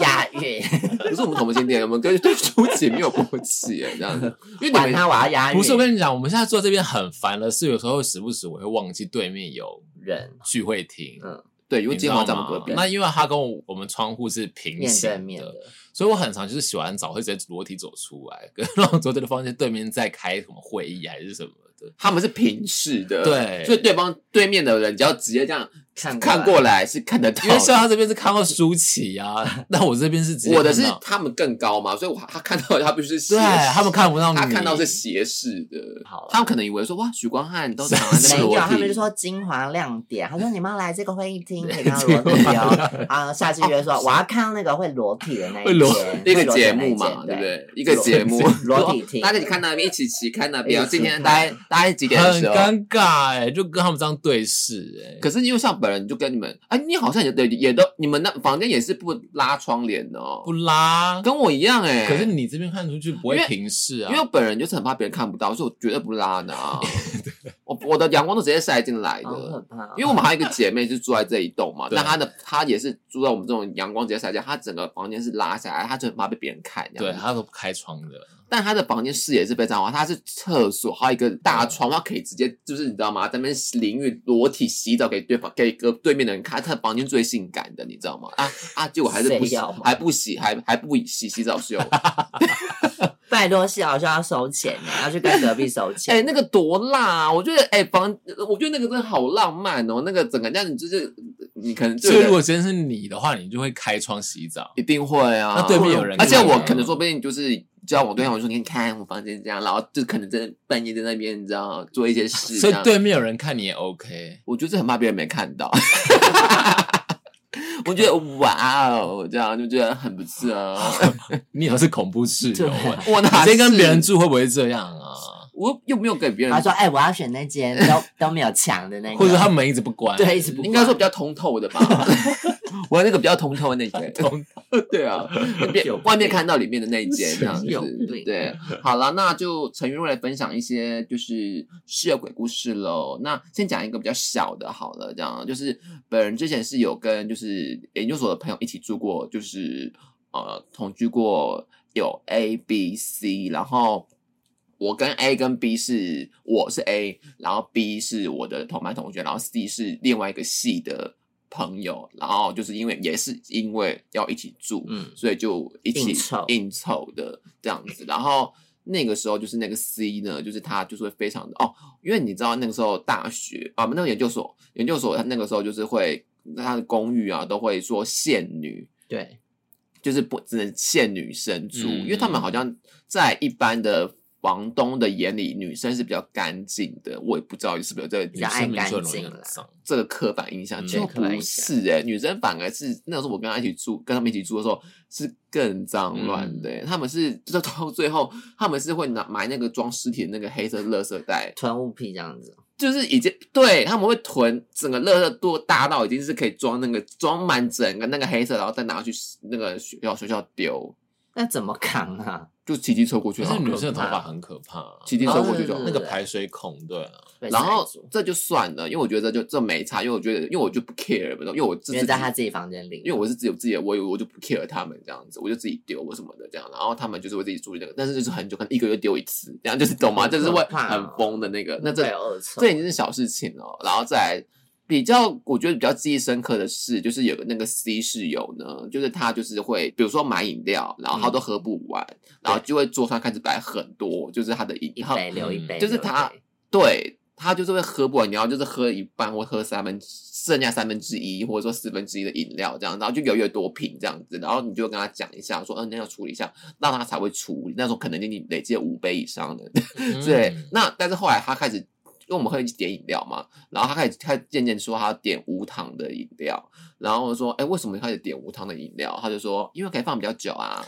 押韵，
可是我们同性恋，我们跟对舒淇没有勃起耶，这样子，因为
管
你们
他我要押韵。
不是，我跟你讲，我们现在坐这边很烦的是，有时候时不时我会忘记对面有
人
聚会厅，
嗯
对，因为
你知
金
道
华在我们隔
吗？
壁，
那因为它跟我我们窗户是平
面
行
对面的，
所以我很常就是洗完澡会直接裸体走出来，跟然后走这个房间对面在开什么会议还是什么的。
他们是平视的，
对
所以对方对面的人只要直接这样
看
看过，来是看得到的，
因为像他这边是看到舒
(laughs)
淇啊，但我这边是直接
我的是
看到
他们更高嘛，所以我他看到他不是斜
对
视
他们看不到你，
他看到是斜视的
好了，
他们可能以为说哇，许光汉都躺在
没
那裸
有，
体，
他们就说精华亮点。
(laughs)
他说你们要来这个会议厅可以看到裸体哦。啊，下次
(laughs)
约说我要看到那个会裸体的那
会
一
裸
间，
一
会
个
裸体
节
的那一
目嘛，
间
对不
对？
对？一个节目，
裸体厅
大家一起 (laughs) 看那边，一起骑看那边。
一起
今天
看
大概大概几点的
很
时候？
尴尬哎、就跟他们这样对视哎、
可是因为像本人就跟你们，哎，你好像也对，也都你们那房间也是不拉窗帘的哦
不，拉。
跟我一样哎。
可是你这边看出去不
因
会
为
平视啊，
因为我本人就是很怕别人看不到，所以我绝对不拉的
(laughs)
啊。我我的阳光都直接晒进来
好可
的。
怕哦。
因为我们还有一个姐妹是住在这一栋嘛，
(laughs) 对
但她的她也是住在我们这种阳光直接晒进来，她整个房间是拉下来，她就很怕被别人看。这
对啊
样子
他都不开窗的，
但他的房间视野是非常好，他是厕所，还有一个
嗯
大窗，他可以直接就是你知道吗？在那边淋浴、裸体洗澡给对方给个对面的人看，他的房间最性感的，你知道吗？啊啊！结果还是不
谁
洗
要吗，
还不洗，还还不洗洗澡
(laughs)
秀。
拜托，谢老师要收钱呢，要去跟隔壁收
哎、 (laughs)
钱。
那个多辣、啊！我觉得哎、房，我觉得那个真的好浪漫哦。那个整个这样，你就是你可能就
所以如果真是你的话，你就会开窗洗澡。
一定会啊，
那对面有人
而且
看
我
吗
可能说不定就是。交往对象，我说你看我房间这样，然后就可能在半夜在那边，你知道做一些事，
所
这
以
样
对面有人看你也 OK，
我就是很怕别人没看到。 (laughs) 我觉得哇哦，这样就觉得很不错
(laughs)
啊！
你也是恐怖室友
对
欸，
啊
我
你
哪
今天
是
跟别人，住会不会这样啊？
我又没有给别人
他，说：“哎，我要选那间
(laughs)
都都没有墙的那个，
或者他门一直不关？
对一直不
应该说比较通透
(laughs)
的吧。我要那个比较通透的那间，
通
对啊，别
有病
外面看到里面的那一间，这样子
有病
对，好了，那就陈云若来分享一些就是室友鬼故事喽。那先讲一个比较小的，好了，这样就是本人之前是有跟就是研究所的朋友一起住过，就是呃同居过有 A、B、C，然后。我跟 A 跟 B 是我是 A，然后 B 是我的同班同学，然后 C 是另外一个系的朋友，然后就是因为也是因为要一起住，
嗯
所以就一起
硬凑
应酬的这样子。然后那个时候就是那个 C 呢，就是他就是会非常的哦，因为你知道那个时候大学啊，那个研究所，研究所他那个时候就是会他的公寓啊都会说限女，
对，
就是不只能限女生住，
嗯
因为他们好像在一般的。房东的眼里，女生是比较干净的，我也不知道是不是有这个
比较爱
女生明明就容易
干净
很
啦
脏
这个刻板印象，
嗯
就不是哎、女生反而是那时候我跟她一起住，跟他们一起住的时候是更脏乱的、欸，他们是就是到最后他们是会拿买那个装尸体的那个黑色垃圾袋，
囤物癖这样子。
就是已经对他们会囤整个垃圾多大到已经是可以装那个装满整个那个黑色，然后再拿去那个学校学校丢，
那怎么扛啊？
就骑机车过去
可
了
是。女生的头发很可怕啊，
骑机车过去就
哦
好
那个排水孔对啊，
被
然后
塞住
这就算了，因为我觉得这就这没差，因为我觉得因为我就不 care，因为我自
因
己
为在他自己房间里，
因为我是自己有自己的，我有我就不 care 他们这样子，我就自己丢我什么的这样，然后他们就是会自己注意那个，但是就是很久，可能一个月丢一次，这样就是懂吗？
好可
就是
怕哦哦
会很疯的那个。那这
会有恶臭
这已经是小事情了，然后再来比较，我觉得比较记忆深刻的是，就是有个那个 C 室友呢，就是他就是会，比如说买饮料，然
嗯
后他都喝不完，然后就会桌上开始摆很多，就是他的饮
一
料，
杯留一
嗯
杯，
就是
留一
他
杯
对他就是会喝不完，你要就是喝一半或喝三分，剩下三分之一或者说四分之一的饮料这样，然后就越来越多瓶这样子，然后你就跟他讲一下说，嗯、那要处理一下，那他才会处理。那时候可能已经累积了五杯以上的，对
嗯。
那但是后来他开始，因为我们会一起点饮料嘛，然后他开始他渐渐说他要点无糖的饮料，然后我说，哎，为什么你开始点无糖的饮料？他就说，因为可以放比较久啊，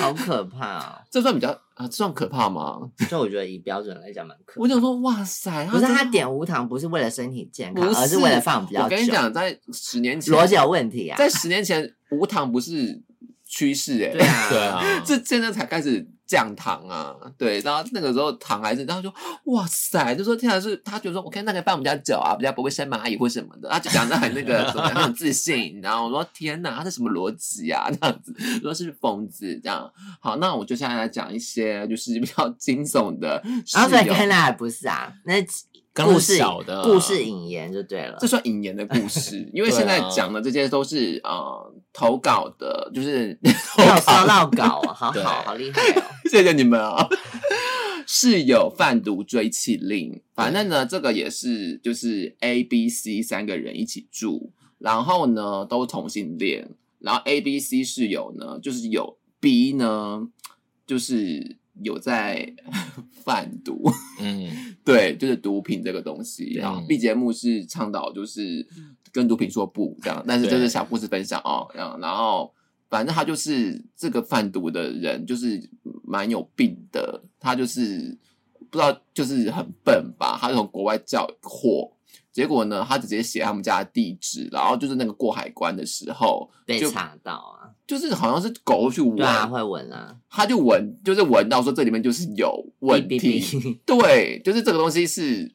好可怕
这算比较啊，这算可怕吗？
哦！就我觉得以标准来讲蛮可
我
怕。
想说，哇塞，
不是
真的
他点无糖，不是为了身体健康
不，
而是为了放比较久。
我跟你讲，在十年前，
逻辑有问题啊！
在十年前无糖不是趋势哎、
对
(laughs)
啊，
对啊，
这现在才开始降糖啊，对，然后那个时候糖还是，然后就哇塞，就说天啊，是他觉得说，我看那个放我们家酒啊，比较不会生蚂蚁或什么的，他就讲的很那个，怎么样，很自信，然后我说天哪，他是什么逻辑啊，这样子，我说是不是疯子这样。好，那我就现在来讲一些就是比较惊悚的室
然后所以看
友，
来还不是啊，那
刚刚
故
是
事
小的
故事引言就对了
这。算引言的故
(laughs)
事，因为
对啊
现在讲的这些都是呃投稿的，
(laughs)
就是
没有收到稿啊，好
(laughs)
对
好好厉害哦！
谢谢你们啊。 (laughs) 室友贩毒追妻令。反正呢，这个也是就是 A、B、C 三个人一起住，然后呢都同性恋，然后 A、B、C 室友呢就是有 B 呢就是有在 (laughs) 贩毒。
嗯，
对，就是毒品这个东西。
对
然后 B 节目是倡导就是跟毒品说不这样，但是这是小故事分享哦。然后，然后反正他就是这个贩毒的人，就是蛮有病的。他就是不知道，就是很笨吧？他就从国外叫货。结果呢，他直接写他们家的地址，然后就是那个过海关的时候，
被
就
查到啊，
就是好像是狗去闻，
对啊，会闻啊，
他就闻，就是闻到说这里面就是有问题，
哔哔哔
对，就是这个东西是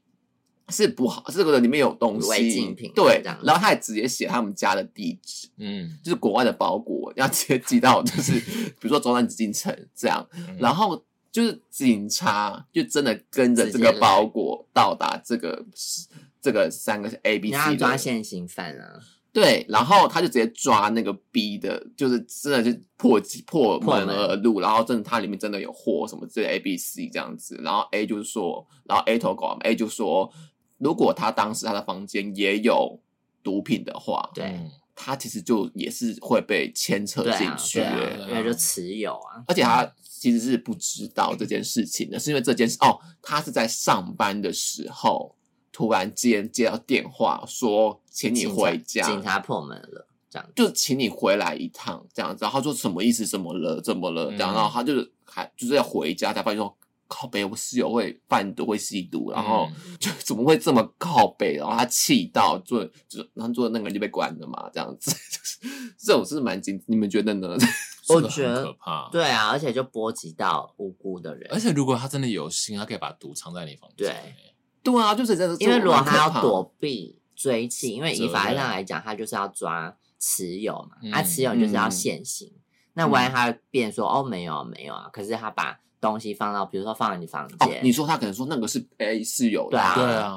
是不好，这个里面有东西，
违禁品啊
对
这样，子
然后他也直接写他们家的地址，
嗯，
就是国外的包裹，要直接寄到就是比如说中南紫禁城这样，然后就是警察就真的跟着这
直接
个
来
包裹到达这个这个三个 A B
你要
C
抓
的
现行犯啊，
对，然后他就直接抓那个 B 的，就是真的就破破
破
门
门
而入，然后真的它里面真的有货什么之类 A、B、C 这样子，然后 A 就是说，然后 A 投稿，A 就说，如果他当时他的房间也有毒品的话，
对
嗯
他其实就也是会被牵扯
对
进
啊，
去
对
的、
啊，
对啊
因为就持有啊，
而且他其实是不知道这件事情的，是因为这件事哦，他是在上班的时候突然间接到电话说，请你
警察
回家，
警察破门了，这样
就请你回来一趟这样子，然后他说什么意思？怎么了？怎么了？这样，
嗯
然后他就是还就是要回家，才发现说靠北，我室友会贩毒，会吸毒，然后
嗯
嗯
就怎么会这么靠北？然后他气到做，就然后做那个人就被关了嘛，这样子， (laughs) 就是这种是蛮惊，你们觉得呢？ (laughs)
这个
我觉
很
得
可怕。
对啊，而且就波及到无辜的人，
而且如果他真的有心，他可以把毒藏在你房间。欸
对
对啊，就是真的是，
因为如果他
蛮可怕哦
要躲避追缉，因为以法
责
律
任
上来讲，他就是要抓持有嘛，
嗯
他持有就是要
嗯
现行。那万一他变说、哦没有没有啊，可是他把东西放到，比如说放在你房
哦
间，，
你说他可能说那个是 A 室友的，
对啊
对啊，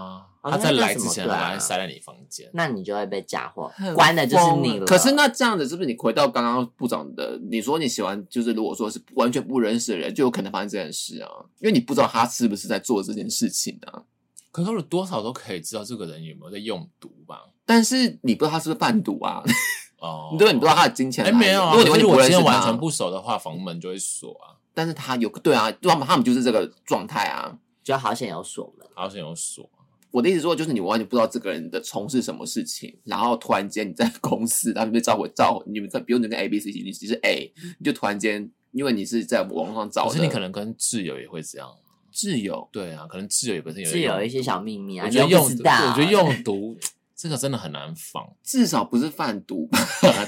哦
他在
那叫
来
什
之
么
前
对
把
啊
它塞在你房间。
那你就会被嫁祸
很，
关的就是
疯
你了。
可是那这样子，是不是你回到刚刚部长的？你说你喜欢，就是如果说是完全不认识的人，就有可能发生这件事啊，因为你不知道他是不是在做这件事情啊。
可是我多少都可以知道这个人有没有在用毒吧？
但是你不知道他是不是贩毒啊？ (laughs)
哦
你对，你不知道他的金钱来
哎，
源。
没有啊。
如果你完
可
全不
是我今
认识
天
他，
完全不熟的话，房门就会锁啊，
但是他有对啊，他们他们就是这个状态啊。
就好险有锁门，
好像有锁。啊
我的意思说，就是你完全不知道这个人的从事什么事情，然后突然间你在公司，然后你被召回召回，你们在比如你跟 A、B、C、你只是 A，你就突然间，因为你是在网上找
可
的，
是你可能跟挚友也会这样。啊
挚友。
对啊，可能挚友也本身有
是有一
用
些小秘密啊，
我觉得
你又
用
不知
毒，
道。啊
我觉得用毒这个真的很难防，
至少不是贩毒
(laughs)
吧？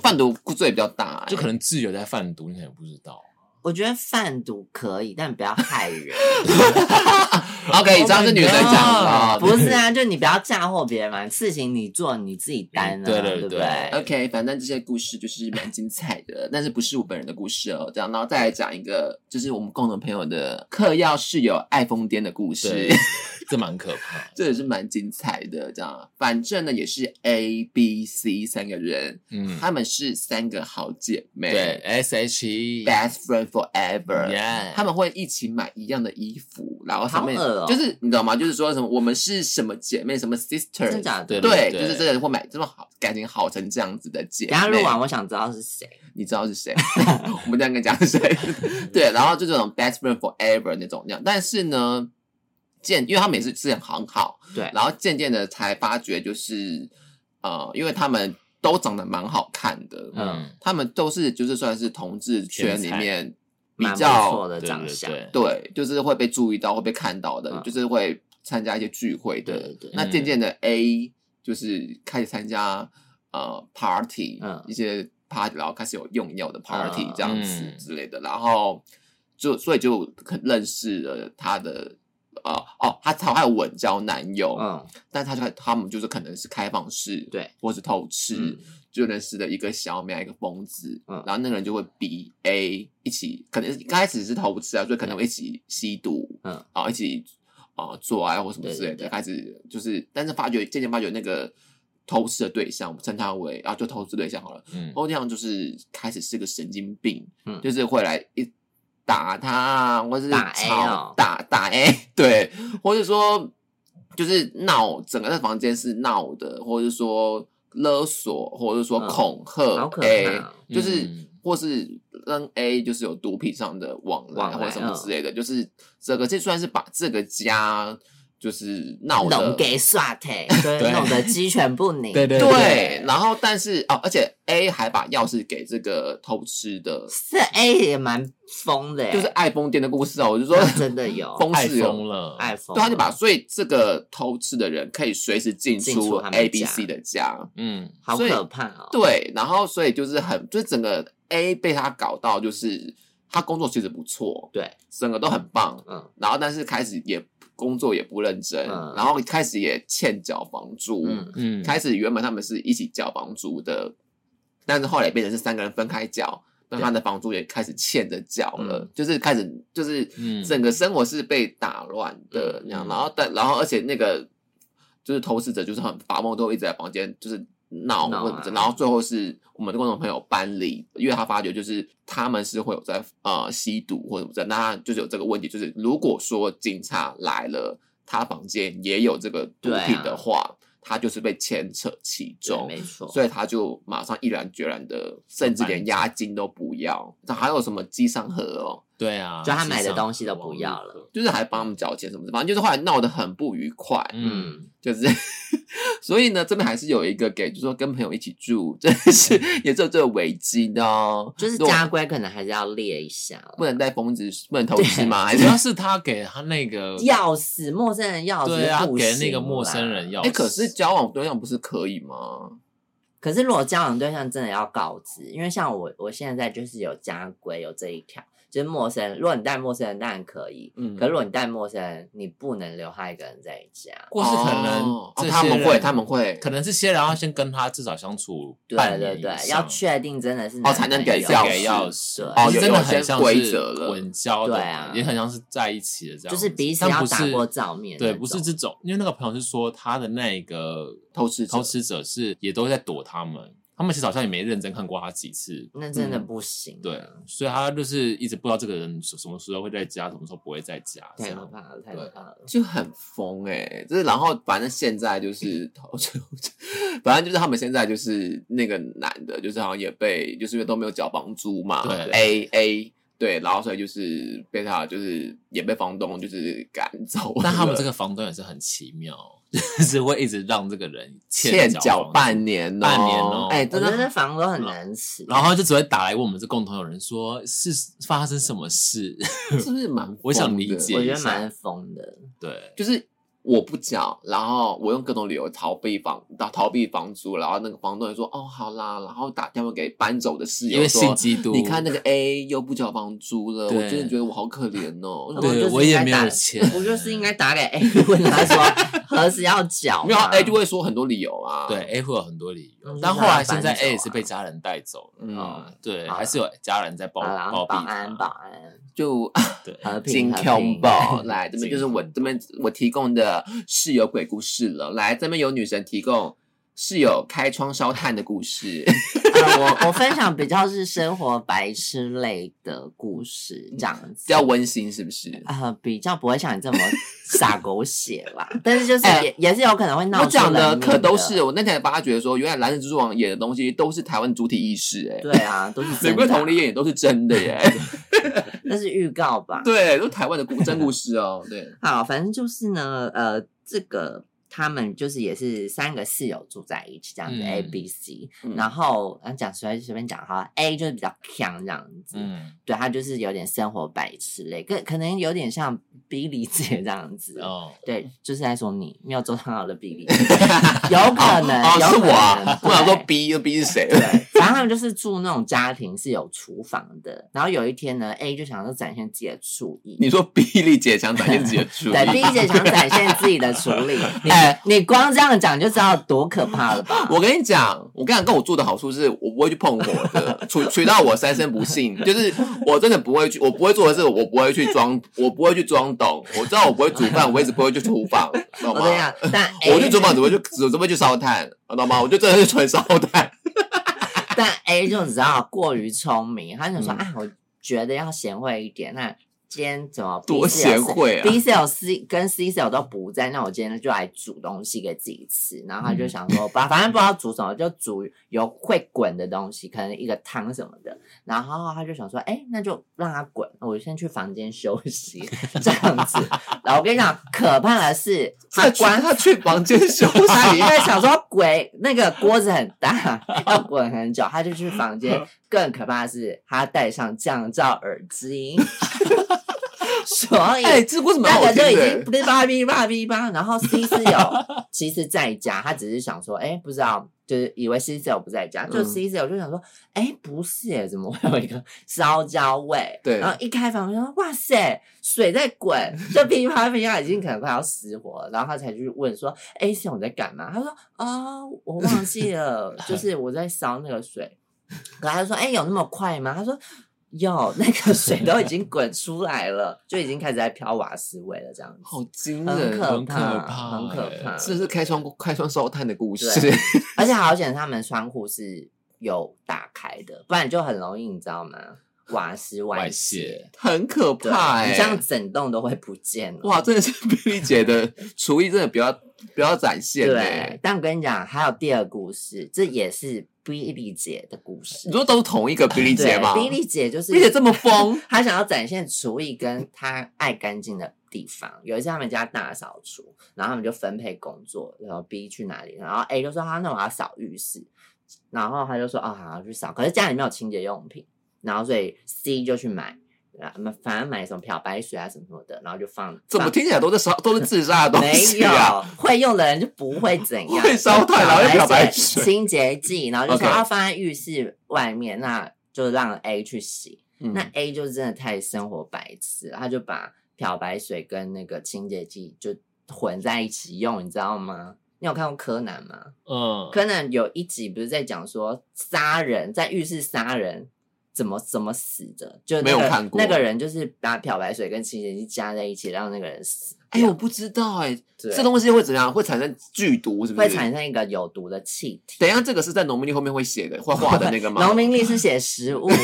贩毒罪比较大、欸，
就可能挚友在贩毒，你可能不知
(laughs)
道。
我觉得贩毒可以，但不要害人。
OK。以上是女生讲的
Oh
啊，
不是啊，就你不要嫁祸别人嘛，事情你做你自己担
嗯
啊，
对对
不
对
对？
OK。反正这些故事就是蛮精彩的， (laughs) 但是不是我本人的故事哦。这样，然后再来讲一个，就是我们共同朋友的嗑药室友爱疯癫的故事
对。，这蛮可怕的。
(laughs) 这也是蛮精彩的，这样，反正呢也是 A、B、C 三个人，
嗯，
她们是三个好姐妹，
对，S H
(laughs)
E，
，best friend forever，
Yeah
他们会一起买一样的衣服，然后上面、
好恶哦
就是你知道吗？就是说什么我们是什么姐妹，什么 sister，
真假的
对
对对对
就是真的会买这么好，感情好成这样子的姐
等一下录
妹。
完，我想知道是谁。
你知道是
(laughs)
谁？我们这样跟你讲是谁？对，然后就这种 best friend forever 那种这样，但是呢，渐因为他们也是质量很好，
对，
然后渐渐的才发觉就是呃，因为他们都长得蛮好看的，
嗯，
他们都是就是算是同志圈里面比
蛮不错
较
的
对
长
对
相，
对，
对，就是会被注意到、会被看到的，
嗯
就是会参加一些聚会的。
对嗯对对
那渐渐的 A 就是开始参加呃 party，、
嗯
一些 party，然后开始有用药的 party
嗯
这样子
嗯
之类的，然后就所以就很认识了他的。呃哦，他他还有稳交男友，
嗯，
但他就他们就是可能是开放式，
对，
或是偷吃，
嗯
就认识了一个小美啊，一个疯子，
嗯
然后那个人就会逼 A 一起，可能刚开始是偷吃啊，所以可能会一起吸毒，
嗯，
然后一起啊、呃做爱或什么之类的，
对对对
开始就是，但是发觉渐渐发觉那个偷吃的对象，我们称他为啊，就偷吃对象好了，
嗯，
欧阳就是开始是个神经病，
嗯
就是会来一打他啊，或是
打 A
吵
哦
打打 A，对， (laughs) 或者说就是闹，整个房间是闹的，或者说勒索，或者说
嗯
恐吓
好可
A，、
怕哦
就是、
嗯
或是让 A 就是有毒品上的往来
往来
或者什么
嗯
之类的，就是这个这算是把这个家就是闹
龙
的。
给耍腿，
(laughs)
就是
对
弄得鸡
(laughs)
犬不宁。
对对
对，然后但是哦，而且 A 还把钥匙给这个偷吃的，
这 A 也蛮疯的耶，欸
就是爱疯癫的故事哦。我就说
他真的有
疯
爱
是有
疯了，
爱
(laughs)
疯，
对，他就把所以这个偷吃的人可以随时进
进出
出
他们
A、B、
家
C 的家，
嗯，
好
所以
可怕哦。
对，然后所以就是很，就是整个 A 被他搞到，就是他工作其实不错，
对，
整个都很棒，
嗯，
然后但是开始也工作也不认真，
嗯
然后开始也欠缴房租，
嗯
嗯，
开始原本他们是一起缴房租的，但是后来变成是三个人分开缴，那他的房租也开始欠着缴了，
嗯
就是开始就是
嗯
整个生活是被打乱的
嗯
那样，
嗯
然后但然后而且那个就是投资者就是很发梦，都一直在房间就是。闹
闹啊
或者然后最后是我们的共同朋友搬离，因为他发觉就是他们是会有在呃吸毒或者什么的，那他就是有这个问题，就是如果说警察来了，他房间也有这个毒
对啊
品的话，他就是被牵扯其
对，
中，
没错。
所以他就马上毅然决然的，甚至连押金都不要，那还有什么机上盒哦，
对啊，
就他买的
机上
东西都不要了
网络课，
就是还帮他们缴钱什么的，反正就是后来闹得很不愉快，
嗯，
嗯，
(laughs) 就是。所以呢，这边还是有一个给，就是说跟朋友一起住，真的是
嗯
(laughs) 也只有这个危机的哦，
就是
如果
家规可能还是要列一下啦。
不能带疯子，不能偷吃
(laughs)
吗？还
主
是
要是他给他那
(laughs)
个
钥匙，陌生人钥匙
对啊，
不
给
行
那个
啦
陌生人。要。
哎、可是交往对象不是可以吗？
可是如果交往对象真的要告知，因为像我，我现在就是有家规有这一条，就是陌生人，如果你带陌生人当然可以，
嗯
可如果你带陌生人，你不能留他一个人在家。
或是可能
哦哦
这些
他们会，
人
他们会，
可能这些人要先跟他至少相处
对
半
对
年以
对，
上
要确定真的是
哦才能
男
给
朋友
钥匙
给钥匙，
对
哦
其实真
有
的
有些
很像
规
是
则了
稳交
对啊
的，也很像是在一起的这样
就
子，
是彼此
但
要
不
打
是
过照面那
对，
种
不是这种，因为那个朋友是说他的那个
偷吃者
偷吃者是也都在躲他们，他们其实好像也没认真看过他几次，
那真的
嗯
不行、啊
对，所以他就是一直不知道这个人什什么时候会在家，什么时候不会在家，这
太可
样
怕了，太可怕了。
就很疯哎、欸，就是然后反正现在 (laughs) 就是，反正就是他们现在就是那个男的，就是好像也被，就是因为都没有缴房租嘛，
对
，A A 对，然后所以就是被他就是也被房东就是赶走了，
但他们这个房东也是很奇妙，就是会一直让这个人
欠
缴
缴
房
半年哦、
半年哦
哎、
我
真
觉
的
得房东很难吃，
租，然后他就只会打来问我们是共同友人说，是发生什么事？ (laughs)
是不是蛮疯的？
我想理解
我觉得蛮疯的。
对，
就是我不缴，然后我用各种理由逃避房逃逃避房租，然后那个房东也说哦好啦，然后打电话给搬走的室
因为
友
信
说。
基督，
你看
(laughs)
那个 A 又不交房租了，我
对
真的觉得我好可怜哦。
我
对
就是
我也
应该
没有
打
钱
我就是应该打给 A 问他说何时要缴嘛，
没有啊 A 就会说很多理由啊。
对，A 会有很多理由
嗯，
但后来现在
就是
A
要搬走啊
也是被家人带走了，
嗯，
嗯
对，
好
还是有家人在包
好啦
包
保
庇
安保
他，
安
就
对，
和平
金
和
穷
平。 (laughs)
宝来这边
金
就是我
胸
这边我提供的室友鬼故事了。来这边有女神提供室友开窗烧炭的故
(laughs)
事，
呃我我分享比较是生活白痴类的故事，这样
比
子
较温馨是不
(laughs)
是？
呃比较不会像你这么洒狗血啦，但是就是
哎
也也是有可能会闹
我
出人
讲
命的
的可都是我那天才发觉说，原来蓝色蜘蛛网演的东西都是台湾主体意识哎、
对啊，都是
玫
真的
瑰
啊
同理演也都是真的
(laughs)
耶，
那是预告吧？
对，都是台湾的故真故事哦，对，
好，反正就是呢，呃，这个他们就是也是三个室友住在一起这样子、
嗯
a B、C，
嗯
然后呃讲随便随便讲哈，A 就是比较强这样子，
嗯，
对他就是有点生活白痴类，可可能有点像比利姐这样子。
哦，
对，就是在说你没有做很好的比
(laughs)
例，有可能，
哦，
有
是
可
我啊
能，
我想说
对
B 又 B 是谁？ (laughs)
对，反正他们就是住那种家庭是有厨房的。然后有一天呢，A 就想要展现自己的厨艺，
你说 B 丽姐想展现自己的厨艺，
对，第一节想展现自己的处
(laughs)
理，你、
哎
你光这样讲就知道多可怕了吧？
我跟你讲，我跟你讲，跟我住的好处是我不会去碰火的，除除到我三生不幸，就是我真的不会去，我不会做的事，我不会去装，我不会去装懂，我知道我不会煮饭，我一直不会去厨房，懂
我
吗
跟？你讲，哎但 A,
我去厨房只会去只只会去烧炭，懂吗？我就真的是纯烧炭。
(laughs) 但 A 就只知道过于聪明，他就说、
嗯
啊，我觉得要贤惠一点，那今天怎么 B
多
C 有
贤惠啊
B C 有 C 跟 C C 有都不在，那我今天就来煮东西给自己吃。然后
嗯
他就想说，把、反正不知道煮什么，就煮有会滚的东西，可能一个汤什么的。然后他就想说，哎、那就让它滚，我先去房间休息 (laughs) 这样子。然后我跟你讲，可怕的是他
他去
关
他去房间休
他
息
因为想说鬼那个锅子很大，要滚很久，他就去房
嗯
间。更可怕的是，他戴上降噪耳
(laughs)
机，所以。
哎、这为什么
那
好
个
听
就已
的欸
经哔哩吧哔哩吧哔哩吧，然后 C 室
(laughs)
友其实在家，他只是想说，哎、不知道，就是以为 C 室友不在家，就
嗯
C 室友就想说，哎、不是耶，怎么会有一个 (laughs) 烧焦味？
对
然后一开房门说，哇塞，水在滚，就噼里啪啦噼里啪啦，已经可能快要失火了，然后他才去问说，哎、室友你在干嘛？他说，哦，我忘记了，就是我在烧那个水。可他就说：“哎、有那么快吗？”他说：“有，那个水都已经滚出来了，就已经开始在飘瓦斯味了，这样子，
好惊
很
人，
可
很可
怕，
怕
很可
欸
怕。
这是开窗 (laughs) 开窗烧炭的故事。
对而且好险，他们窗户是有打开的，不然就很容易，你知道吗？瓦斯
外
泄，
泄，
很可
对，
怕哎、
你这样整栋都会不见了。
哇，真的是 (laughs) 碧丽姐的厨艺真的不要不要展现哎、
对，但我跟你讲，还有第二个故事，这也是 Billy 姐的故事
你。说都是同一个碧丽姐
对
吗？
，Billy 姐就是
碧丽姐这么
(laughs)
疯，
他想要展现厨艺跟他爱干净的地方。有一次他们家大扫除，然后他们就分配工作，然后 B 去哪里，然后 A 就说：“啊，那我要扫浴室。”然后他就说：“哦，好，我去扫。”可是家里没有清洁用品，然后所以 C 就去买，啊，反正买什么漂白水啊什么什么的，然后就放。
怎么
放
听起来都是烧都是自杀的 (laughs) 东
嗯 (laughs) 没
西
有
啊？
会用的人就不会怎样，
会烧炭然后就漂白
水、
水
清洁剂，然后就说
OK
要放在浴室外面，那就让 A 去洗。
嗯
那 A 就真的太生活白痴了，他就把漂白水跟那个清洁剂就混在一起用，你知道吗？你有看过柯南吗？
哦
嗯，
柯南有一集不是在讲说杀人在浴室杀人怎么怎么死的，就那个
没有看过
那个人就是把漂白水跟清洁剂加在一起，让那个人死
哎、
掉。
我不知道哎、
对
这东西会怎样？会产生剧毒是不是？
会产生一个有毒的气体。
等一下，这个是在农民历后面会写的，
(laughs)
会画的那个吗？
农民历是写食物，
嗯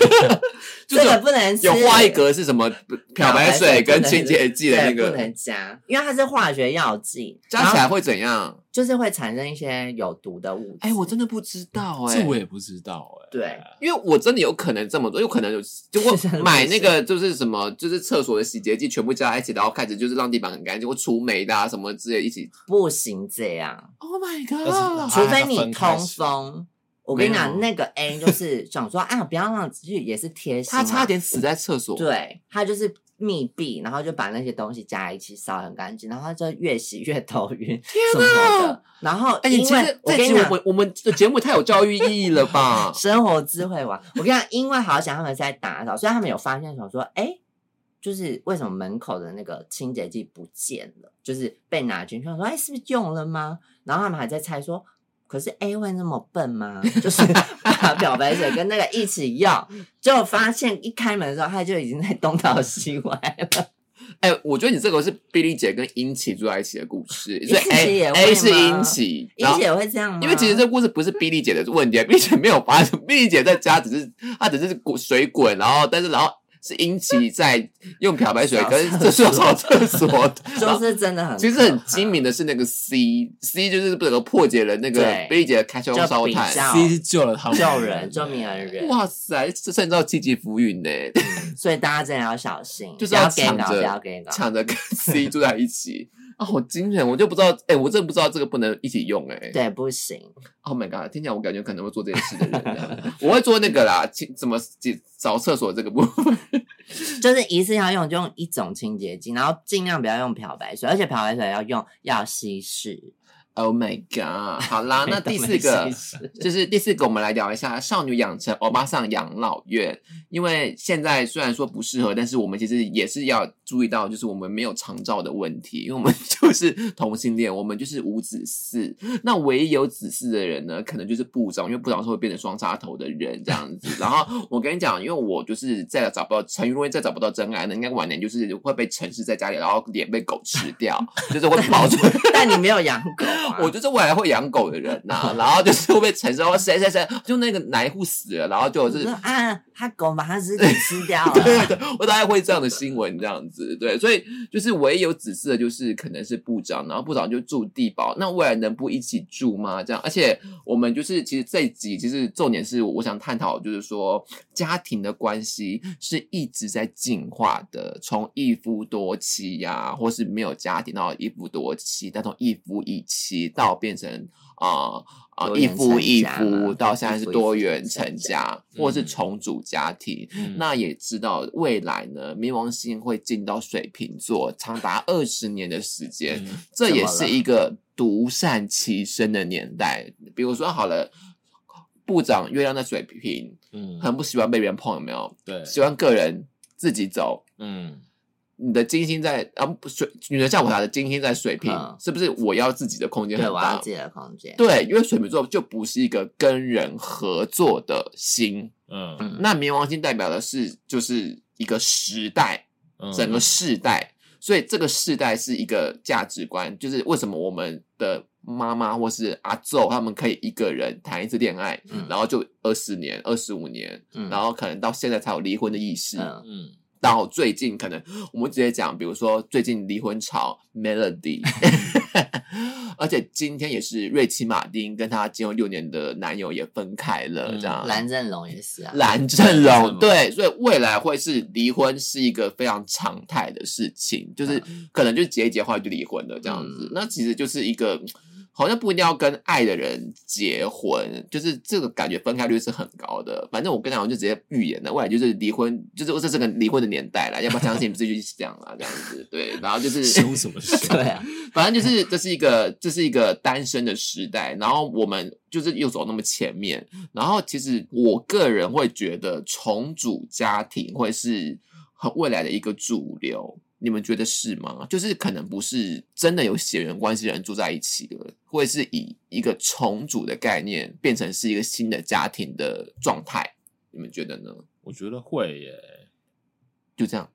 (laughs) 就是
这个不能吃
有画一格是什么漂白水跟清洁剂的那
对不
个，
能加，因为它是化学药剂，
加起
然
来
后
会怎样？
就是会产生一些有毒的物质。
哎、我真的不知道哎、
这我也不知道哎、
对
因为我真的有可能这么做，有可能有就会
是是
买那个就是什么，就是厕所的洗洁剂全部加在一起，然后开始就是让地板很干净，或除霉的啊什么之类一起。
不行这样，
Oh my
但
god！
是
除非
它
你
分开
通
吃
风。我跟你讲，
没有
那个 A 就是想
(laughs)
说啊，不要让自己也是贴心、
他
啊，
差点死在厕所。
对他就是密闭，然后就把那些东西加在一起烧得很干净，然后他就越洗越头晕什么的。然后
哎、
因
你今
为、
天
我
这
跟
集
你
我
讲，？
们我们的节目太有教育意义了吧
生活智慧王。我跟你讲，因为好想他们在打扫，所以他们有发现想说，哎、就是为什么门口的那个清洁剂不见了，就是被拿去，他说，哎、是不是用了吗？然后他们还在猜说。可是 A 会那么笨吗？就是把漂白水跟那个一起用，结果发现一开门的时候，他就已经在东倒西歪了。
哎、我觉得你这个是碧丽姐跟英奇住在一起的故事，所以哎
英奇
A
也会
A 是
吗
英奇，
英
然后
姐会这样吗？
因为其实这故事不是碧丽姐的问题，碧啊丽姐没有发生，碧丽姐在家只是她只是滚水滚，然后但是然后是英奇在用漂白水
扫，
跟这是扫厕所。然
就
后
是真的很
其实很
可怕
精明的是那个 C，C 就是不能破解了那个
对
碧丽姐的开销
就
烧
比较
炭。
，C 是救了他们，啊
救人救命恩人，
哇塞，这甚至到积极浮云呢，
所以大家真的要小心，
就是
不要给
抢
搞，不要
着
给搞。
抢着跟 C 住在一起啊，好惊人！我就不知道，哎，我真的不知道这个不能一起用哎。
对，不行，
Oh my god！听起来我感觉可能会做这件事的人这样，我会做那个啦，清怎么解找厕所这个部分。
就是一次要用就用一种清洁剂，然后尽量不要用漂白水，而且漂白水要用要稀释。
(laughs) Oh my god！好啦， (laughs) 那第四个
稀释
就是第四个，我们来聊一下少女养成欧巴桑养老院。因为现在虽然说不适合，但是我们其实也是要注意到，就是我们没有长照的问题，因为我们就是同性恋，我们就是无子嗣。那唯一有子嗣的人呢，可能就是部长，因为部长是会变成双插头的人这样子。然后我跟你讲，因为我就是再找不到，陈如果再找不到真爱呢，应该晚年就是会被陈氏在家里，然后脸被狗吃掉，就是会 (laughs) 跑出
但你没有养狗、啊，
我就是未来会养哦狗的人呐、然后就是会被承受谁谁谁，就那个哪一户死了，然后就
就是说。啊，他狗把他自己吃掉
(laughs) 对
了。
对，我大概会这样的新闻这样子，对，所以就是唯一有指示的就是可能是部长，然后部长就住地堡，那未来能不一起住吗？这样，而且我们就是其实这一集其实重点是我想探讨，就是说家庭的关系是一直在进化的，从一夫多妻呀、或是没有家庭到一夫多妻，再从一夫一妻到变成啊。呃啊，
多
一
元
夫
成
一
家嘛
夫到现在是
一夫一
多
妻
元
成
成
家
家，或是
嗯
重组家庭，
嗯
那也知道未来呢，冥王星会进到水瓶座，长达二十年的时间，
嗯
这
怎
也
么
是
了
一个独善其身的年代。比如说，好了，部长月亮在水瓶，
嗯，
很不喜欢被别人碰，有没有？
对，
喜欢个人自己走。
(laughs)
嗯
你的金星在啊不水，女人像我塔的金星在水瓶，
嗯
是不是我要自己的空间很
对，我要
大
自？己的空间。
对，因为水瓶座就不是一个跟人合作的星，
嗯
嗯
那冥王星代表的是就是一个时代，
嗯，
整个世代，所以这个世代是一个价值观，就是为什么我们的妈妈或是阿昼他们可以一个人谈一次恋爱，
嗯
然后就二十年、二十五年，
嗯
然后可能到现在才有离婚的意识。
嗯，
嗯，
到最近可能我们直接讲，比如说最近离婚潮
(laughs)
Melody，而且今天也是瑞奇马丁跟她结婚六年的男友也分开了，
嗯
这样。
蓝正龙也是啊。
蓝正
蓝正
龙哦
龙
对，所以未来会是离婚是一个非常常态的事情，就是可能就结一结，后来就离婚了这样子。
嗯
那其实就是一个嗯好像不一定要跟爱的人结婚，就是这个感觉分开率是很高的。反正我跟你讲，我就直接预言了，未来就是离婚，就是这是个离婚的年代了，要不要相信？自己去想啊，这样子对。然后就是
凶 (laughs) 什
(laughs)
么凶？
对啊，
反正就是这是一个这是一个单身的时代，然后我们就是又走那么前面，然后其实我个人会觉得重组家庭会是很未来的一个主流，你们觉得是吗？就是可能不是真的有血缘关系的人住在一起的，会是以一个重组的概念变成是一个新的家庭的状态，你们觉得呢？
我觉得
(laughs)
会耶，
就这样，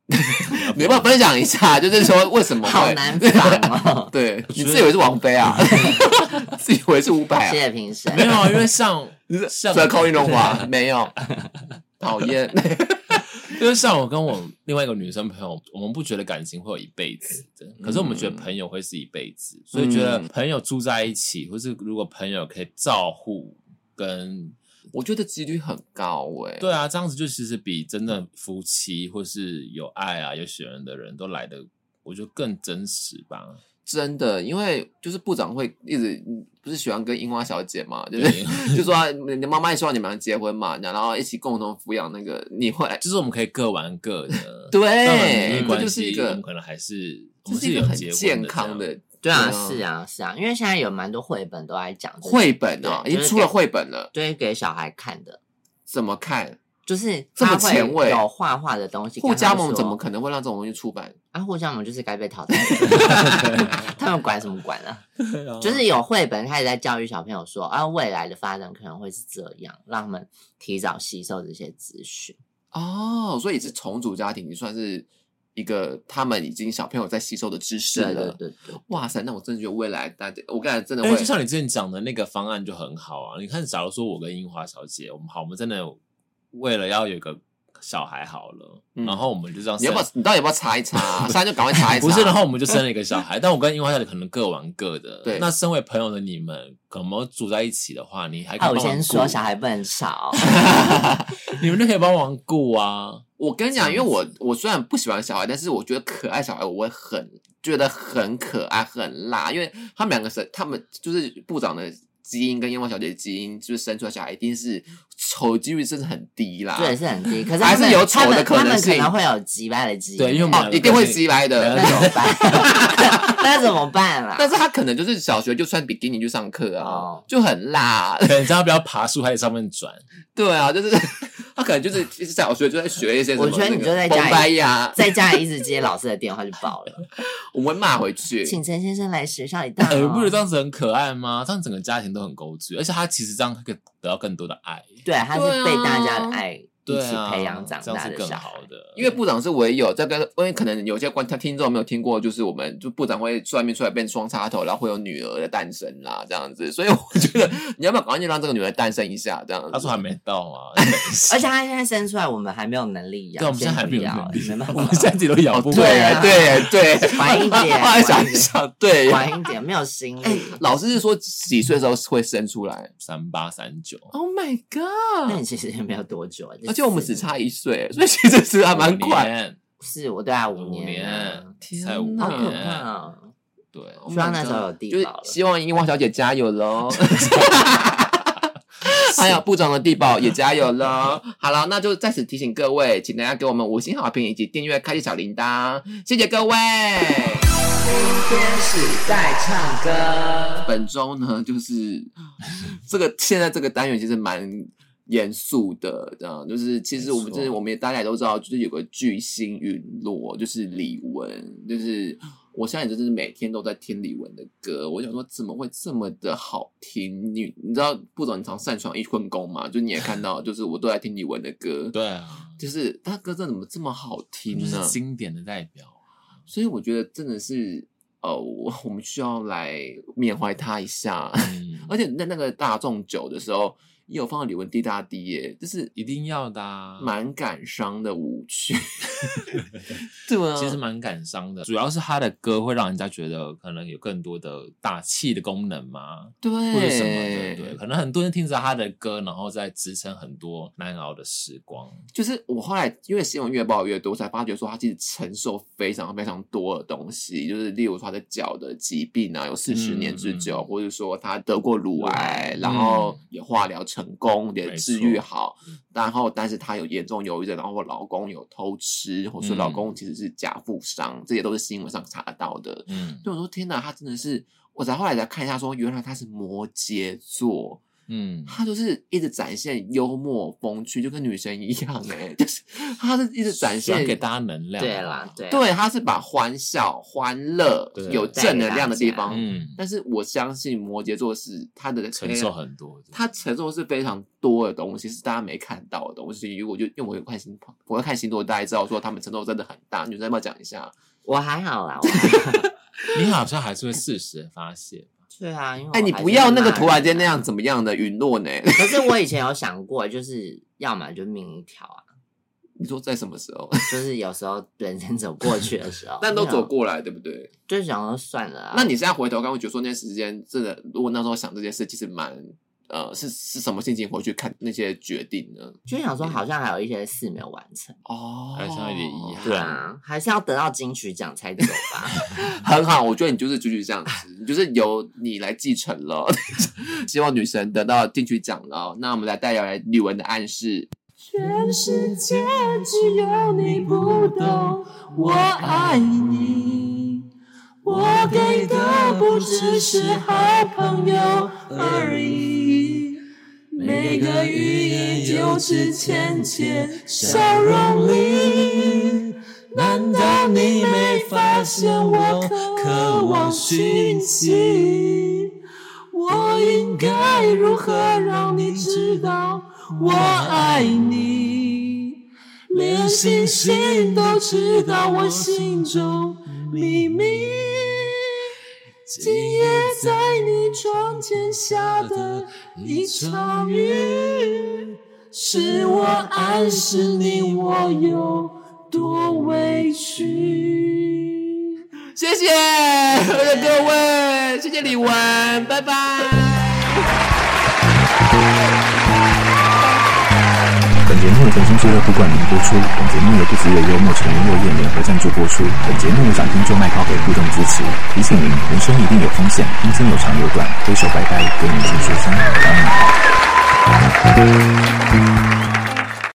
你要不要分享一下？就是说为什么会。
好难仿哦
(laughs) 对，
觉
你
得
自以为是王菲
(laughs)
啊，自以为是伍佰
谢
啊，
谢评审。
没有啊，因为
(laughs)
像像
折啊扣运动
(laughs)
华没有， (laughs) 讨厌。 (laughs)
因为像我跟我另外一个女生朋友，我们不觉得感情会有一辈子的，
嗯
可是我们觉得朋友会是一辈子，所以觉得朋友住在一起，或是如果朋友可以照顾跟
我觉得几率很高哎、
对啊，这样子就其实比真正夫妻或是有爱啊、有血缘的人都来的，我觉得更真实吧。
(laughs) 真的，因为就是部长会一直不是喜欢跟樱花小姐嘛，就
对
是就说啊你的妈妈也希望你们结婚嘛，然后一起共同抚养那个你会来。
就是我们可以各玩各的，
(laughs) 对
(laughs) 当然邻里
哎这
关
就是一
系
个
我们可能还是我
这
们
是一
有
个很
结婚
健
这
康
样
的
对啊，
嗯
是啊，是啊，因为现在有蛮多绘本都在讲这个
绘，本啊，已
对
经
就是
出了
给
绘本了，
就是给小孩看的，
怎么看？
就是
这么
他会
前卫
有画画的东西。
互加盟怎么可
看？
能会让这种东西出版？
啊，互加盟就是该被淘汰的， (laughs) 他们管什么管啊？
(laughs)
对啊
就是有绘本开始在教育小朋友说，啊，未来的发展可能会是这样，让他们提早吸收这些资讯。
哦，所以是重组家庭，你算是一个他们已经小朋友在吸收的知识
对
了。
对对对，
哇塞，那我真的觉得未来大家，我感觉真的
因
会
哎为就像你之前讲的那个方案就很好啊。你看，假如说我跟樱花小姐，我们好，我们真的为了要有一个小孩好了，
嗯
然后我们就这样
你
生
要不要？你到底要不要查一查、啊？查就赶快查一查。
(laughs) 不是，然后我们就生了一个小孩，但我跟樱花小姐可能各玩各的。
(laughs) 对
那身为朋友的你们，可能住在一起的话，你还可
啊，
以
我
帮忙
先
顾
说，小孩不
(laughs)
能吵，
你们就可以帮忙顾
(laughs)
啊。
我跟你讲，因
这
为
样子
我我虽然不喜欢小孩，但是我觉得可爱小孩，我会很觉得很可爱、很辣，因为他们两个是他们就是部长的基因跟烟花小姐的基因，就是生出来小孩一定是丑几率真的很低
啊
啦。
这也是很低，可是
还
他们
是有丑的
他们
可能
他们
性
可能会有击败的基因，
对因为我们
哦，一定会 C 白的
那。怎么办？ (laughs) 那怎么办啦？
但是他可能就是小学就穿比基尼去上课啊，
哦
就很辣。 (laughs)
可能叫他不要爬树，还在上面转。
对啊，就是 (laughs) 他可能就是其实小学就在学一些什么、
我
那个
觉得你就在家里
蒙白呀，
在家里一直接老师的电话就爆了，
我们会骂回去。
请陈先生来学校一
(laughs)
趟、
哎、你不觉得这
哦。
样子很可爱吗？这样整个家庭都很勾聚，而且他其实这样可以得到更多的爱。
对，他是被大家的爱一
对
起
啊
培养长
这样
大
是
的
更
小孩
好。的，
因为部长是唯有在跟，因为可能有些观他听众没有听过，就是我们就部长会出外面出来变双插头，然后会有女儿的诞生啦，这样子。所以
(laughs)
我觉得你要不要赶快去让这个女儿诞生一下，这样子。
他说还没到
(laughs)
啊，
哎
等一下
而且他现在生出来，我们还没有能力
(laughs)
养，
对，我们现在
先
还
不
没有
要
能力， (laughs)
没
(laughs)
办
我们
法
现在自己都养不
对
来。
啊
对对，
晚
(laughs)
一点
后来想一想，对。
(laughs) 晚一点，没有心力。
老师是说几岁的时候会生出来
三八三九，
？Oh my
(laughs) 那
god！
你其实也没有多久啊，就
哦而且我们
四
只差一岁，所以其实是还蛮快。
的，
是我对他五
五
年啊
年，，
天
才五
哪
好可
年，
怕哦！
对，
希望那时候有
就
地
是
保了。
希望樱花小姐加油
(laughs)
喽！还有部长的地保也加油喽！好了，那就在此提醒各位，请大家给我们五星好评以及订阅、开启小铃铛，谢谢各位。
天使在唱歌，
本周呢，就是这个现在这个单元其实蛮严肃的，这样就是其实我们
没
就
错
是我们也大家也都知道，就是有个巨星陨落，就是李玟，就是我现在就是每天都在听李玟的歌，我想说怎么会这么的好听？你你知道不总你常擅闯一困功嘛？就你也看到，就是我都在听李玟的歌，
对啊，
(laughs) 就是他歌真的怎么这么好听
就
呢？
是经典的代表。
所以我觉得真的是。呃，我我们需要来缅怀他一下。 (laughs)
嗯，
而且在那个大众酒的时候，也有放到李玟滴答滴耶，就是
一定要的啊，
蛮感伤的舞曲。 (laughs) 对啊，
其实蛮感伤的，主要是他的歌会让人家觉得可能有更多的打气的功能嘛，
对
或者什么的，对，可能很多人听着他的歌，然后再支撑很多难熬的时光，
就是我后来因为新闻越报越多，才发觉说他其实承受非常非常多的东西，就是例如说他的脚的疾病啊，有四十年之久，
嗯嗯嗯
或者说他得过乳癌，
嗯
然后也化疗成功，也
没
治愈
错
好，然后但是他有严重忧郁症，然后我老公有偷吃，或者说
嗯
老公其实是假富商，这些都是新闻上查到的。
嗯
对我说天哪，他真的是，我才后来才看一下说，原来他是摩羯座。
嗯，
他就是一直展现幽默风趣，就跟女神一样哎、 (laughs) 就是他是一直展
喜欢
现
给大家能量，啊
对啦，，对啊啦，
对，他是把欢笑、欢乐
对
有正能量的地方。
嗯，
但是我相信摩羯座是他的
承受很多，
他承受是非常多的东西，是大家没看到的东西。如果就因为我有看星，我会看星座，大家知道说他们承受真的很大。女生要不要讲一下？
哦
我还好啦。我还
(laughs)
好
你好像还是会适时地发泄，
对啊，因为
哎，
我
你
还
不
是
要
会
那个
骂
突然
人
间那
啊
样怎么样的陨落呢？
(laughs) 可是我以前有想过，就是要么就命一条啊， (laughs)
你说在什么 (laughs) 时候？，
就是有时候人生走过去的时候
(laughs) 但都
那种
走，过来，对不啊对？
就想说算了啊。
那你现在回头看，会觉得说那段时间真的，如果那时候想这件事，其实蛮呃，是是什么心情回去看那些决定呢？
就想说，好像还有一些事没有完成，
哦
还是有点遗憾
对啊，还是要得到金曲奖才走吧。
很好，我觉得你就是继续这样子，你就是由你来继承了。 (laughs) 希望女神得到进去奖了。那我们来带来李玟的暗示。
全世界只有你不懂，我爱你。我给的不只是好朋友而已，每个寓意就是浅浅笑容里。难道你没发现我渴望讯息？我应该如何让你知道我爱你？连星星都知道我心中秘密。今夜在你窗前下的一场雨，是我暗示你我有多委屈。
谢谢各位，谢谢李玟，拜拜。
本节目由腾讯俱乐部冠名播出。本节目由不只有幽默成员落叶联合赞助播出。本节目无法听众卖靠给互动支持。提醒您，人生一定有风险，人生有长有短，挥手拜拜，跟人生说声晚安。